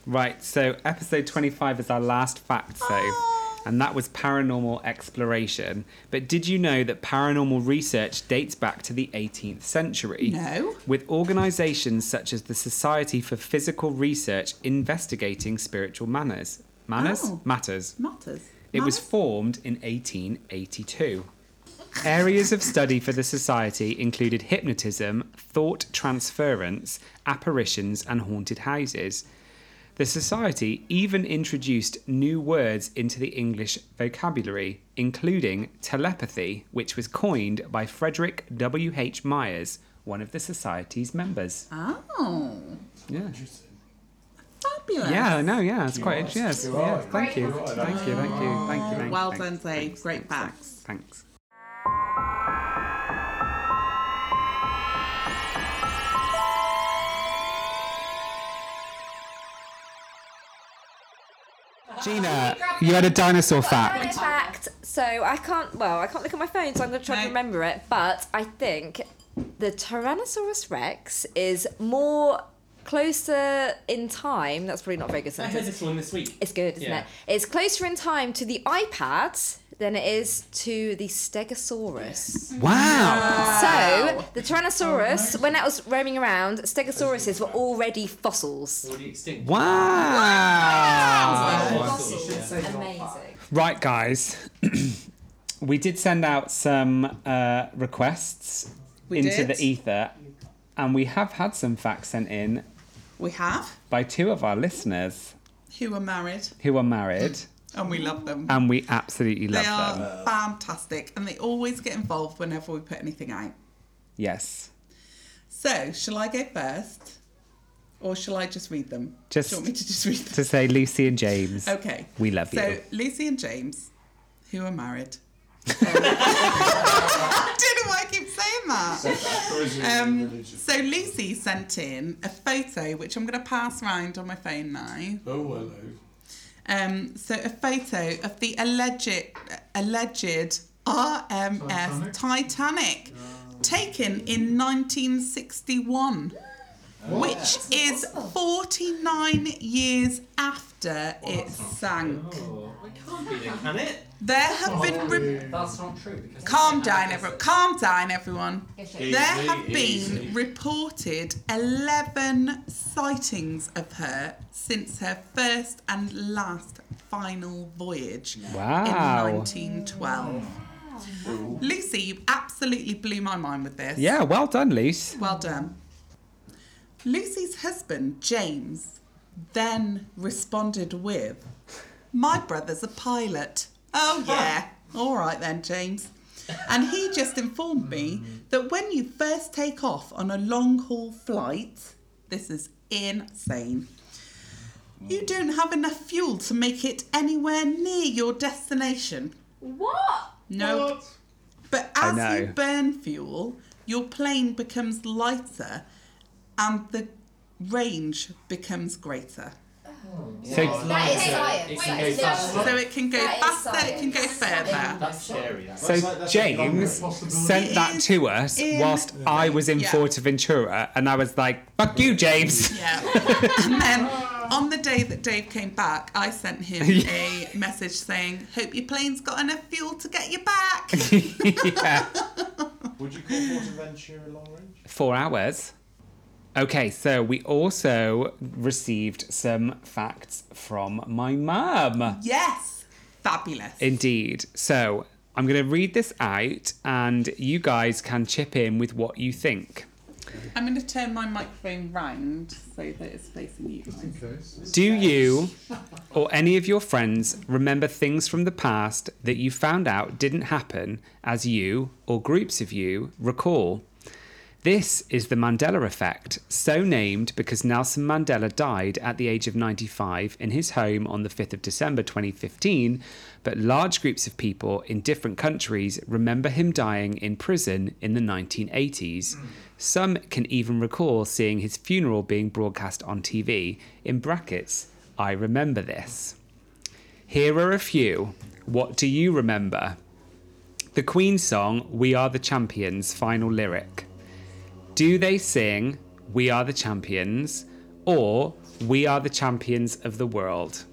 S1: Right, so episode 25 is our last fact, so
S2: Ah.
S1: and that was paranormal exploration. But did you know that paranormal research dates back to the 18th century?
S2: No.
S1: With organisations such as the Society for Physical Research investigating spiritual manners. Manners?
S2: Oh.
S1: Matters.
S2: Matters.
S1: It was formed in 1882. Areas of study for the society included hypnotism, thought transference, apparitions, and haunted houses. The society even introduced new words into the English vocabulary, including telepathy, which was coined by Frederick W.H. Myers, one of the society's members.
S2: Oh,
S1: Yeah.
S2: fabulous.
S1: Yeah, I know, yeah, it's
S2: You
S1: quite
S2: are.
S1: interesting. Yes,
S2: You
S1: yeah,
S2: are.
S1: thank you.
S2: Great.
S1: Thank you, thank you, thank you. thank you,
S2: Well
S1: thank you.
S2: done, Zay. Great facts.
S1: Thanks. Gina, you had a dinosaur fact.
S5: fact. So I can't. Well, I can't look at my phone, so I'm going to try to remember it. But I think the Tyrannosaurus Rex is more closer in time. That's probably not a very good
S8: I heard
S5: sentence.
S8: this one this week.
S5: It's good, isn't
S8: Yeah.
S5: it? It's closer in time to the iPad than it is to the Stegosaurus.
S1: Wow.
S5: So the
S8: Oh,
S5: Tyrannosaurus, when that was roaming around, Stegosauruses were already fossils.
S8: Already extinct.
S1: Wow.
S5: Fossils. Amazing.
S1: Right, guys. we did send out some uh, requests
S2: We
S1: into
S2: did.
S1: the ether, and we have had some facts sent in
S2: We have
S1: by two of our listeners
S2: who are married,
S1: who are married,
S2: and we love them.
S1: and we absolutely
S2: they are
S1: love them.
S2: fantastic, and they always get involved whenever we put anything out.
S1: Yes.
S2: So, shall I go first, or shall I just read them?
S1: Just
S2: Do you want me to just read
S1: to say Lucy and James.
S2: Okay.
S1: We love
S2: so,
S1: you.
S2: Lucy and James, who are married. I don't know why I keep saying that. Um, so Lucy sent in a photo, which I'm going to pass round on my phone now.
S3: Oh, hello.
S2: Um, so a photo of the alleged alleged RMS Titanic, taken in 1961, which is 49 years after it sank.
S8: Can it?
S2: There have been re-
S14: That's not true. Because
S2: Calm down, everyone. Calm down, everyone.
S14: Easy,
S2: there have been
S14: easy.
S2: reported 11 sightings of her since her first and last final voyage
S1: Wow.
S2: in 1912. Lucy, you absolutely blew my mind with this.
S1: Yeah, well done, Luce.
S2: Well done. Lucy's husband, James, then responded with, My brother's a pilot. Oh, yeah. All right then, James. And he just informed me that when you first take off on a long haul flight, this is insane. You don't have enough fuel to make it anywhere near your destination.
S10: What?
S2: No. But
S1: I
S2: as you
S1: know.
S2: burn fuel, your plane becomes lighter and the range becomes greater.
S8: Oh.
S1: So- That is
S8: science. It can go Wait, so- faster.
S2: So it can go
S8: That is
S2: faster, it can go further.
S8: That's scary. That.
S1: So James sent that to us
S2: in-
S1: whilst I was in
S2: Yeah.
S1: Fortaventura, and I was like, "Fuck you, James."
S2: And then on the day that Dave came back, I sent him a message saying, Hope your plane's got enough fuel to get you back.
S1: yeah.
S6: Would you call Fortaventura long range?
S1: Four hours. Okay, so we also received some facts from my mum.
S2: Yes. Fabulous.
S1: Indeed. So I'm going to read this out, and you guys can chip in with what you think.
S2: I'm going to turn my microphone round so that it's facing you.
S1: Do you or any of your friends remember things from the past that you found out didn't happen as you or groups of you recall? This is the Mandela effect, so named because Nelson Mandela died at the age of 95 in his home on the 5th of December 2015, but large groups of people in different countries remember him dying in prison in the 1980s. Some can even recall seeing his funeral being broadcast on TV, in brackets, I remember this. Here are a few. What do you remember? The Queen song, We Are the Champions, final lyric. Do they sing We Are the Champions or We Are the Champions of the World?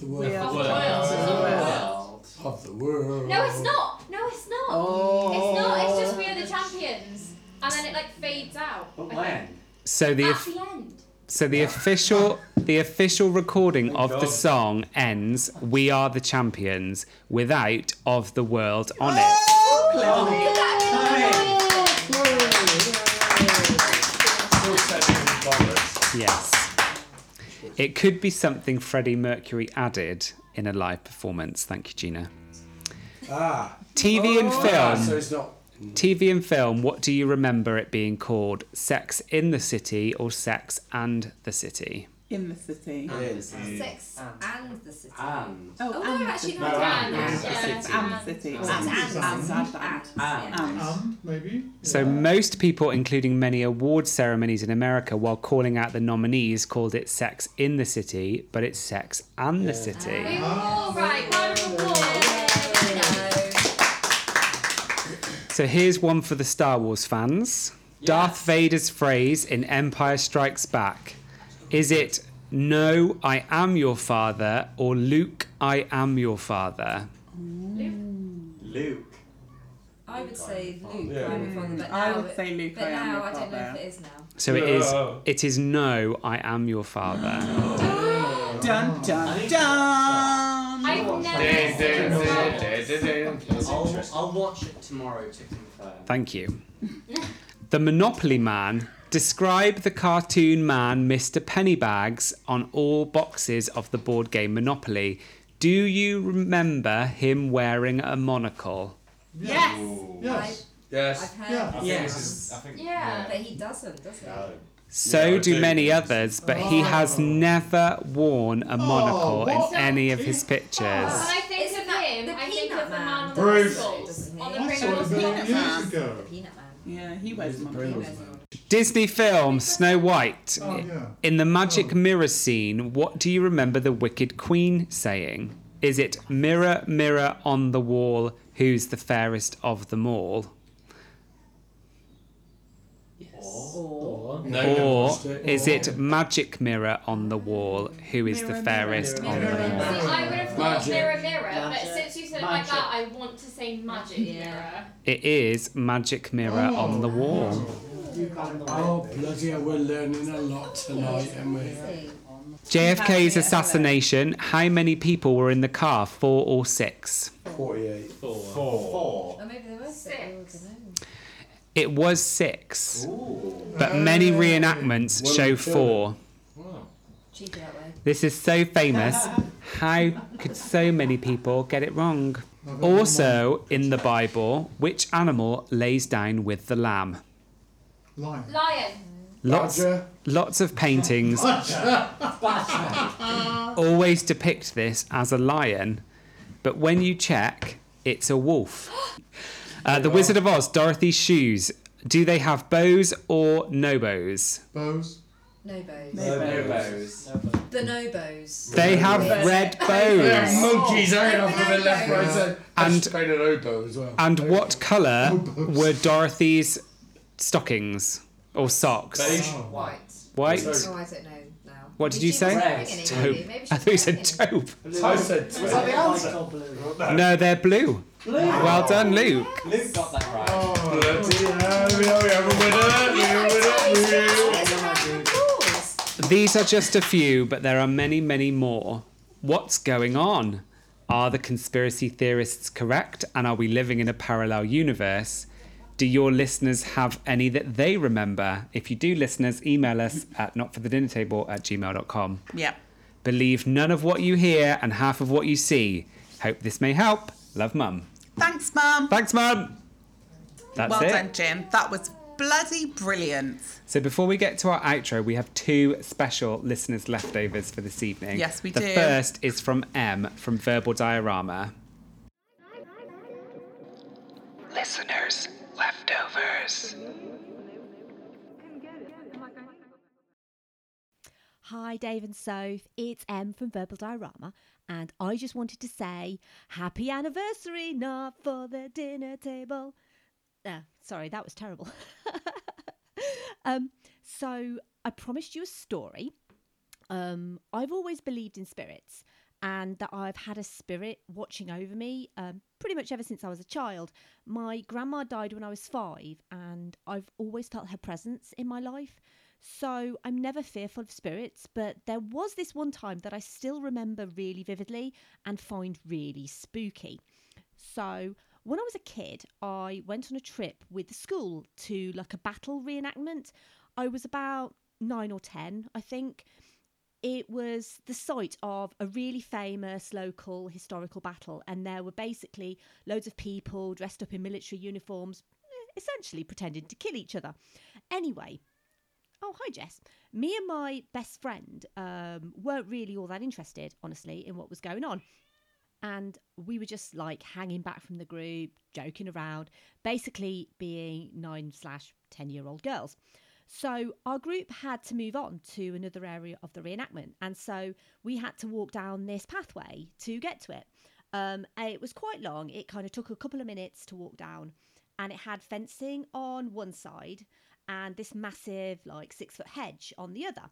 S3: The world.
S2: the world.
S3: Of the world.
S10: No, it's not. No, it's not.
S3: Oh.
S10: It's not. It's just we are the champions, and then it like fades out. I think.
S1: So the
S10: At
S1: of-
S10: the end.
S1: so the official the official recording of the song ends "We Are the Champions" without "Of the World" on it. Yes, it could be something Freddie Mercury added in a live performance. Thank you, Gina.
S4: Ah.
S1: TV and
S4: Oh,
S1: film.
S4: So it's not.
S1: TV and film. What do you remember it being called? Sex in the City or Sex and the City?
S2: In the city.
S5: Sex and the city.
S2: And.
S5: Oh,
S2: uh, Oh,
S5: no,
S2: and
S5: actually,
S2: the
S5: no,
S2: city. No,
S5: and. Yeah,
S2: and the
S5: it's
S2: city. And the
S10: Oh,
S2: city.
S5: And.
S2: And.
S5: And.
S2: And.
S5: And.
S2: And.
S7: Um, maybe.
S1: So most people, including many award ceremonies in America, while calling out the nominees, called it "Sex in the City," but it's "Sex and the City."
S10: We were all right. Round of applause.
S1: So here's one for the Star Wars fans. Darth Vader's phrase in Empire Strikes Back is it "No, I am your father" or "Luke, I am your father"?
S5: Luke. I would say Luke.
S1: Yeah.
S5: I'm your father, but
S2: Mm, I
S5: now
S2: would
S5: it-
S2: say Luke,
S5: But
S2: I am
S5: now
S2: your
S5: I don't know if
S2: father.
S5: it is now.
S1: So it is. It is "No, I am your father."
S2: Dun
S10: Oh.
S2: dun dun.
S10: I've
S1: Dun, dun, dun, dun, dun, dun.
S14: I'll, I'll watch it tomorrow to confirm.
S1: Thank you. The Monopoly Man. Describe the cartoon man Mr. Pennybags on all boxes of the board game Monopoly. Do you remember him wearing a monocle?
S10: Yes.
S7: Yes.
S6: Yes.
S5: I've heard.
S6: Yeah. I think
S5: yes.
S6: this is- I think-
S5: yeah.
S6: yeah.
S5: But he doesn't, does he?
S1: So do, many others, but he has never worn a monocle
S5: Oh, what?
S1: in any of his pictures.
S10: When I think of him, I think of the man on the
S1: Bruce.
S10: Pringles. On the
S2: That's
S10: Pringles.
S2: what
S10: peanut man.
S2: ago. Yeah, he wears monocle.
S1: Disney film Snow White.
S2: Oh, yeah. Oh.
S1: In the magic mirror scene, what do you remember the wicked queen saying? Is it mirror, mirror on the wall, who's the fairest of them all?
S14: Or,
S1: or is it magic mirror on the wall, who is the fairest
S14: mirror,
S1: of them all?
S10: See, I would have thought
S1: Magic.
S10: mirror, mirror, but
S14: Magic.
S10: since you said it like
S14: Magic.
S10: that, I want to say magic mirror.
S1: It is magic mirror on the wall.
S3: Oh, bloody hell, we're learning a lot tonight, and we
S1: JFK's assassination, how many people were in the car, four or six?
S3: 48. Four. Four.
S5: Or maybe there was six.
S1: It was six, but many reenactments
S5: Well,
S1: show
S5: we
S3: feel
S1: four.
S5: Cheeky that way.
S1: This is so famous. How could so many people get it wrong? Also, in the Bible, which animal lays down with the lamb?
S7: Lion.
S10: Lion.
S1: Lots, lots of paintings
S13: Ah!
S1: always depict this as a lion, but when you check, it's a wolf. Uh, the Wizard of Oz, Dorothy's shoes. Do they have bows or no bows?
S7: Bows.
S5: No bows.
S1: No No
S14: bows.
S5: The no bows.
S1: They have red bows.
S3: Yeah, monkeys hanging off of the left, right, side.
S1: And-
S3: And an oboe as well.
S1: And what colour were Dorothy's stockings or socks?
S5: White.
S1: White?
S5: Oh, I don't know now.
S1: What did you
S5: she
S1: say?
S5: wasn't wearing any,
S1: Taupe.
S5: maybe. Maybe she
S1: I thought you said taupe.
S3: I said
S5: Was that the answer?
S1: No, they're blue.
S14: Blue.
S1: Well done, Luke.
S14: Luke got that right.
S3: Oh, Bloody hell, we are- we have a winner, we have a winner, we have a winner.
S1: These are just a few, but there are many, many more. What's going on? Are the conspiracy theorists correct? And are we living in a parallel universe? Do your listeners have any that they remember? If you do, listeners, email us at notforthedinnertable at gmail.com.
S2: Yeah.
S1: Believe none of what you hear and half of what you see. Hope this may help. Love, Mum.
S2: Thanks, Mum.
S1: Thanks, Mum. That's
S2: well
S1: it.
S2: done, Jim. That was bloody brilliant.
S1: So before we get to our outro, we have two special listeners' leftovers for this evening.
S2: Yes, we
S1: the
S2: do.
S1: The first is from M from Verbal Diorama.
S9: Listeners, leftovers.
S12: Hi, Dave and Soph. It's Em from Verbal Diorama, and I just wanted to say happy anniversary, not for the dinner table. Ah, sorry, that was terrible. um, so I promised you a story. Um, I've always believed in spirits, and that I've had a spirit watching over me um, pretty much ever since I was a child. My grandma died when I was five, and I've always felt her presence in my life. So I'm never fearful of spirits, but there was this one time that I still remember really vividly and find really spooky. So when I was a kid, I went on a trip with the school to like a battle reenactment. I was about nine or ten, I think. It was the site of a really famous local historical battle, and there were basically loads of people dressed up in military uniforms, eh, essentially pretending to kill each other. Anyway, Oh, hi, Jess. Me and my best friend um, weren't really all that interested, honestly, in what was going on. And we were just like hanging back from the group, joking around, basically being nine slash 10 year old girls. So our group had to move on to another area of the reenactment. And so we had to walk down this pathway to get to it. Um, and it was quite long. It kind of took a couple of minutes to walk down. And it had fencing on one side and this massive like six foot hedge on the other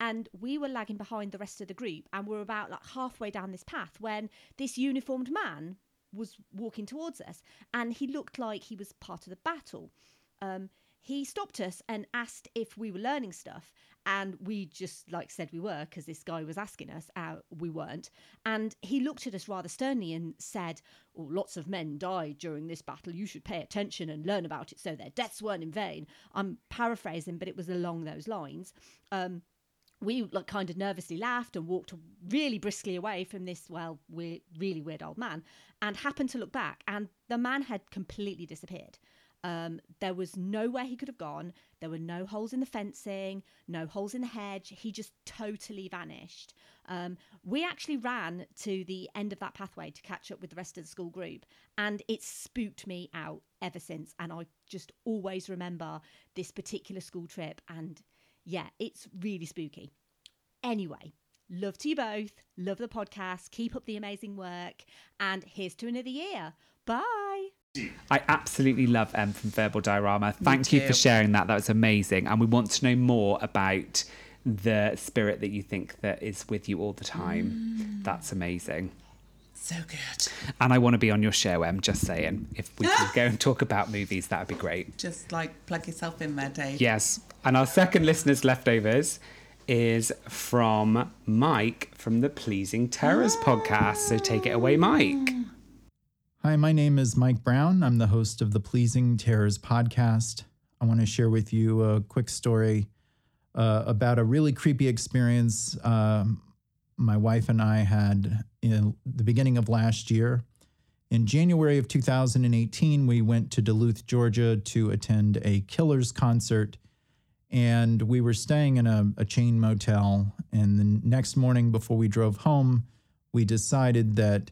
S12: and we were lagging behind the rest of the group and we're about like halfway down this path when this uniformed man was walking towards us and he looked like he was part of the battle um, he stopped us and asked if we were learning stuff and we just like said we were because this guy was asking us uh, we weren't and he looked at us rather sternly and said oh, lots of men died during this battle you should pay attention and learn about it so their deaths weren't in vain i'm paraphrasing but it was along those lines um, we like kind of nervously laughed and walked really briskly away from this well weird, really weird old man and happened to look back and the man had completely disappeared um, there was nowhere he could have gone there were no holes in the fencing no holes in the hedge he just totally vanished um, we actually ran to the end of that pathway to catch up with the rest of the school group and it spooked me out ever since and i just always remember this particular school trip and yeah, it's really spooky. Anyway, love to you both. Love the podcast. Keep up the amazing work. And here's to another year. Bye.
S1: I absolutely love Em from Verbal Diorama. Thank you for
S2: too.
S1: sharing that. That was amazing. And we want to know more about the spirit that you think that is with you all the
S2: Mm.
S1: time. That's amazing.
S2: So good.
S1: And I want to be on your show, Em, just saying. If we can go and talk about movies, that would be great.
S2: Just like plug yourself in there, Dave.
S1: Yes. And our second listener's leftovers is from Mike from the Pleasing
S2: Ah.
S1: Terrors podcast. So take it away, Mike.
S3: Hi, my name is Mike Brown. I'm the host of the Pleasing Terrors podcast. I want to share with you a quick story uh, about a really creepy experience um, my wife and I had in the beginning of last year. In January of 2018, we went to Duluth, Georgia to attend a Killers concert and we were staying in a, a chain motel. And the next morning, before we drove home, we decided that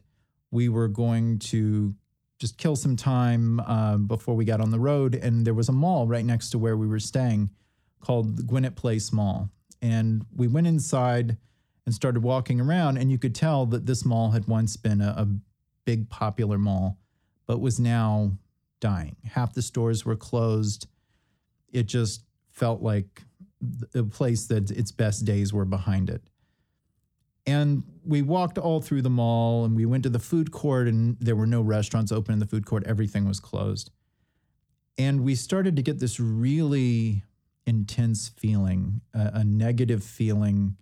S3: we were going to just kill some time uh, before we got on the road. And there was a mall right next to where we were staying called the Gwinnett Place Mall. And we went inside and started walking around, and you could tell that this mall had once been a, a big popular mall, but was now dying. Half the stores were closed it just felt like th- a place that its best days were behind it. And we walked all through the mall and we went to the food court, and there were no restaurants open in the food court. Everything was closed. And we started to get this really intense feeling, a, a negative feeling.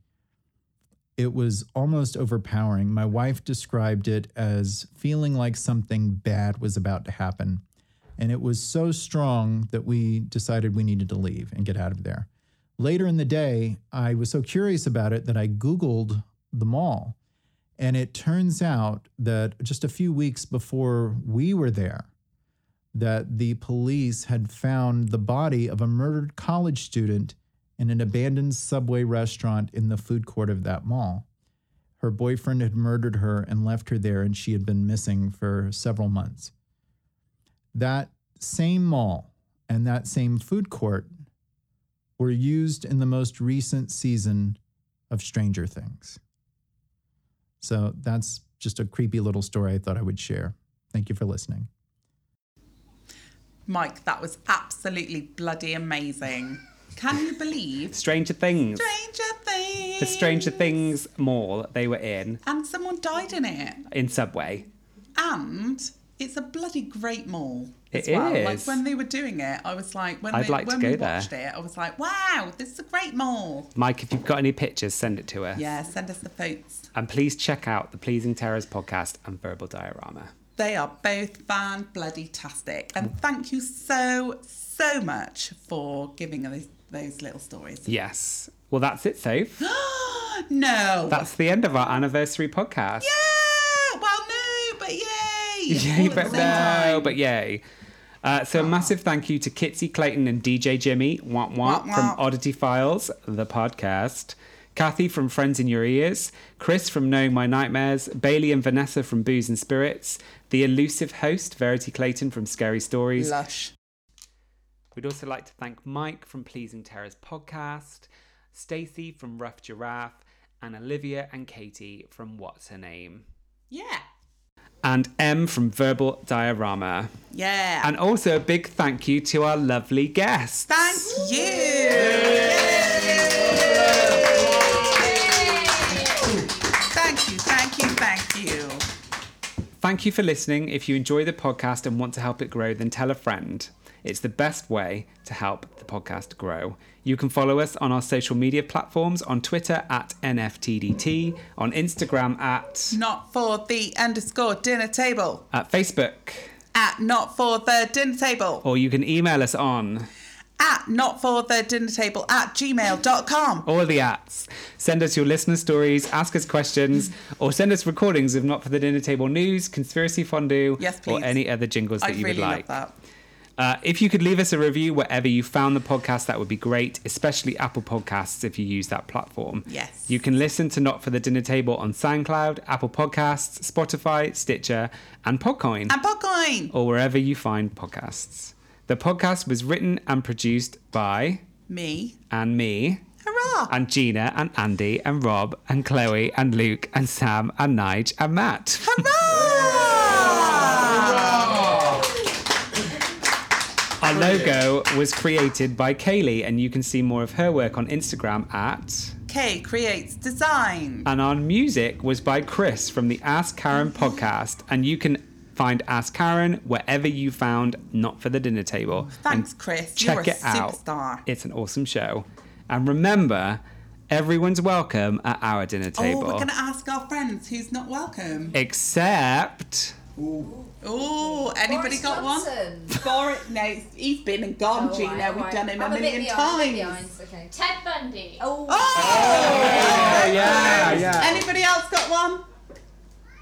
S3: It was almost overpowering. My wife described it as feeling like something bad was about to happen. And it was so strong that we decided we needed to leave and get out of there. Later in the day, I was so curious about it that I Googled the mall. And it turns out that just a few weeks before we were there, that the police had found the body of a murdered college student in an abandoned subway restaurant in the food court of that mall. Her boyfriend had murdered her and left her there, and she had been missing for several months that same mall and that same food court were used in the most recent season of Stranger Things. So that's just a creepy little story I thought I would share. Thank you for listening.
S2: Mike, that was absolutely bloody amazing. Can you believe?
S1: Stranger Things.
S2: Stranger Things.
S1: The Stranger Things mall they were in
S2: And someone died in it.
S1: in Subway.
S2: And it's a bloody great mall.
S1: It
S2: as well. Like
S1: is.
S2: when they were doing it, I was like, when,
S1: I'd
S2: they,
S1: like to
S2: when we
S1: go there.
S2: watched it, I was like, wow, this is a great mall.
S1: Mike, if you've got any pictures, send it to us.
S2: Yeah, send us the photos.
S1: And please check out the Pleasing Terrors podcast and Verbal Diorama.
S2: They are both fan bloody tastic.
S1: Mm.
S2: And thank you so, so much for giving us those little stories.
S1: Yes. Well, that's it, Soph.
S2: No.
S1: That's the end of our anniversary podcast.
S2: Yeah, well, no, but yay.
S1: Yay,
S2: All at
S1: but
S2: the
S1: no,
S2: same time. Ah.
S1: but yay. Uh, so a massive thank you to Kitsy Clayton and DJ Jimmy, Womp Womp,
S2: Womp
S1: from
S2: womp.
S1: Oddity Files, the podcast. Kathy from Friends in Your Ears, Chris from Knowing My Nightmares, Bailey and Vanessa from Booze and Spirits, the elusive host Verity Clayton from Scary Stories.
S2: Lush.
S1: We'd also like to thank Mike from Pleasing Terrors podcast, Stacey from Rough Giraffe, and Olivia and Katie from What's Her Name.
S2: Yeah.
S1: And M from Verbal Diorama.
S2: Yeah.
S1: And also a big thank you to our lovely guests.
S2: Thank you. Thank you, thank you, thank you.
S1: Thank you for listening. If you enjoy the podcast and want to help it grow, then tell a friend. It's the best way to help the podcast grow. You can follow us on our social media platforms on Twitter at NFTDT, on Instagram at,
S2: Not for the underscore dinner table.
S1: at Facebook,
S2: At not for the dinner table.
S1: or you can email us on
S2: At not for the dinner table at gmail.com.
S1: all the ats. Send us your listener stories, ask us questions, or send us recordings of Not for the Dinner Table news, conspiracy fondue,
S2: Yes, please.
S1: or any other jingles that
S2: I'd
S1: you
S2: really
S1: would
S2: love
S1: like.
S2: that.
S1: Uh, if you could leave us a review wherever you found the podcast, that would be great, especially Apple Podcasts if you use that platform.
S2: Yes.
S1: You can listen to Not for the Dinner Table on SoundCloud, Apple Podcasts, Spotify, Stitcher, and
S2: And
S1: Podcoin
S2: Podcoin.
S1: or wherever you find podcasts. The podcast was written and produced by
S2: Me.
S1: and me.
S2: Hurrah!
S1: And Gina and Andy and Rob and Chloe and Luke and Sam and Nige and Matt.
S3: Ah!
S1: Our logo was created by Kaylee, and you can see more of her work on Instagram at.
S2: K creates design.
S1: And our music was by Chris from the Ask Karen
S2: Mm-hmm.
S1: podcast, and you can find Ask Karen wherever you found Not for the Dinner Table.
S2: Thanks, Chris.
S1: check
S2: You're a
S1: it out.
S2: superstar.
S1: It's an awesome show. And remember, everyone's welcome at our dinner
S2: Oh,
S1: table.
S2: we're going to ask our friends who's not welcome.
S1: Except.
S2: Oh, anybody
S5: Boris
S2: got
S5: Johnson.
S2: one? Boris, no, he's been and gone,
S5: Oh,
S2: Gina.
S5: right,
S2: We've
S5: right.
S2: done him a
S5: I'm a bit
S2: million
S5: behind, a bit
S2: times.
S5: Okay.
S10: Ted Bundy.
S5: Oh.
S1: Oh, yeah, yeah.
S2: Anybody else got one?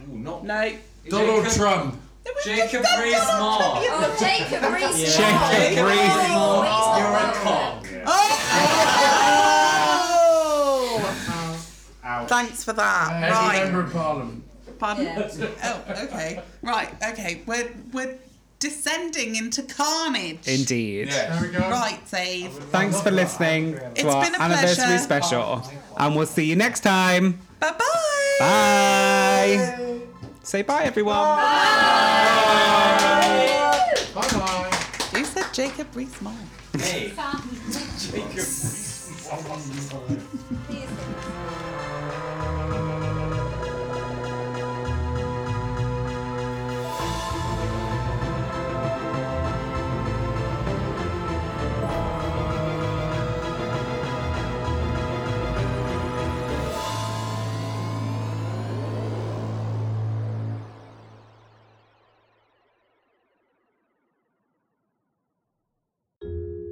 S6: Ooh, not
S2: No.
S3: Donald Trump.
S14: Jacob Rees-Mogg.
S5: Oh, Jacob Rees.
S3: Jacob Rees-Mogg.
S5: You're a
S14: cock.
S2: Oh! Thanks for that.
S3: Every
S2: Right.
S3: member of parliament.
S2: Pardon? Oh, okay. Right, okay. We're, we're descending into carnage.
S1: Indeed.
S2: Right, Dave.
S1: Thanks for listening to
S2: It's
S1: our
S2: been a
S1: anniversary
S2: pleasure.
S1: special. And we'll see you next time.
S2: Bye-bye.
S1: Bye. Say bye, everyone.
S2: Bye-bye. Who said Jacob Rees-Mogg?
S6: Hey.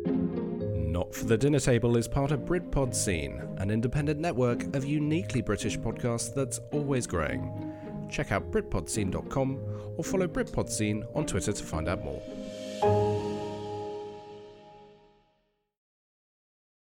S16: Not for the Dinner Table is part of Britpod Scene, an independent network of uniquely British podcasts that's always growing. Check out BritpodScene.com or follow Britpod Scene on Twitter to find out more.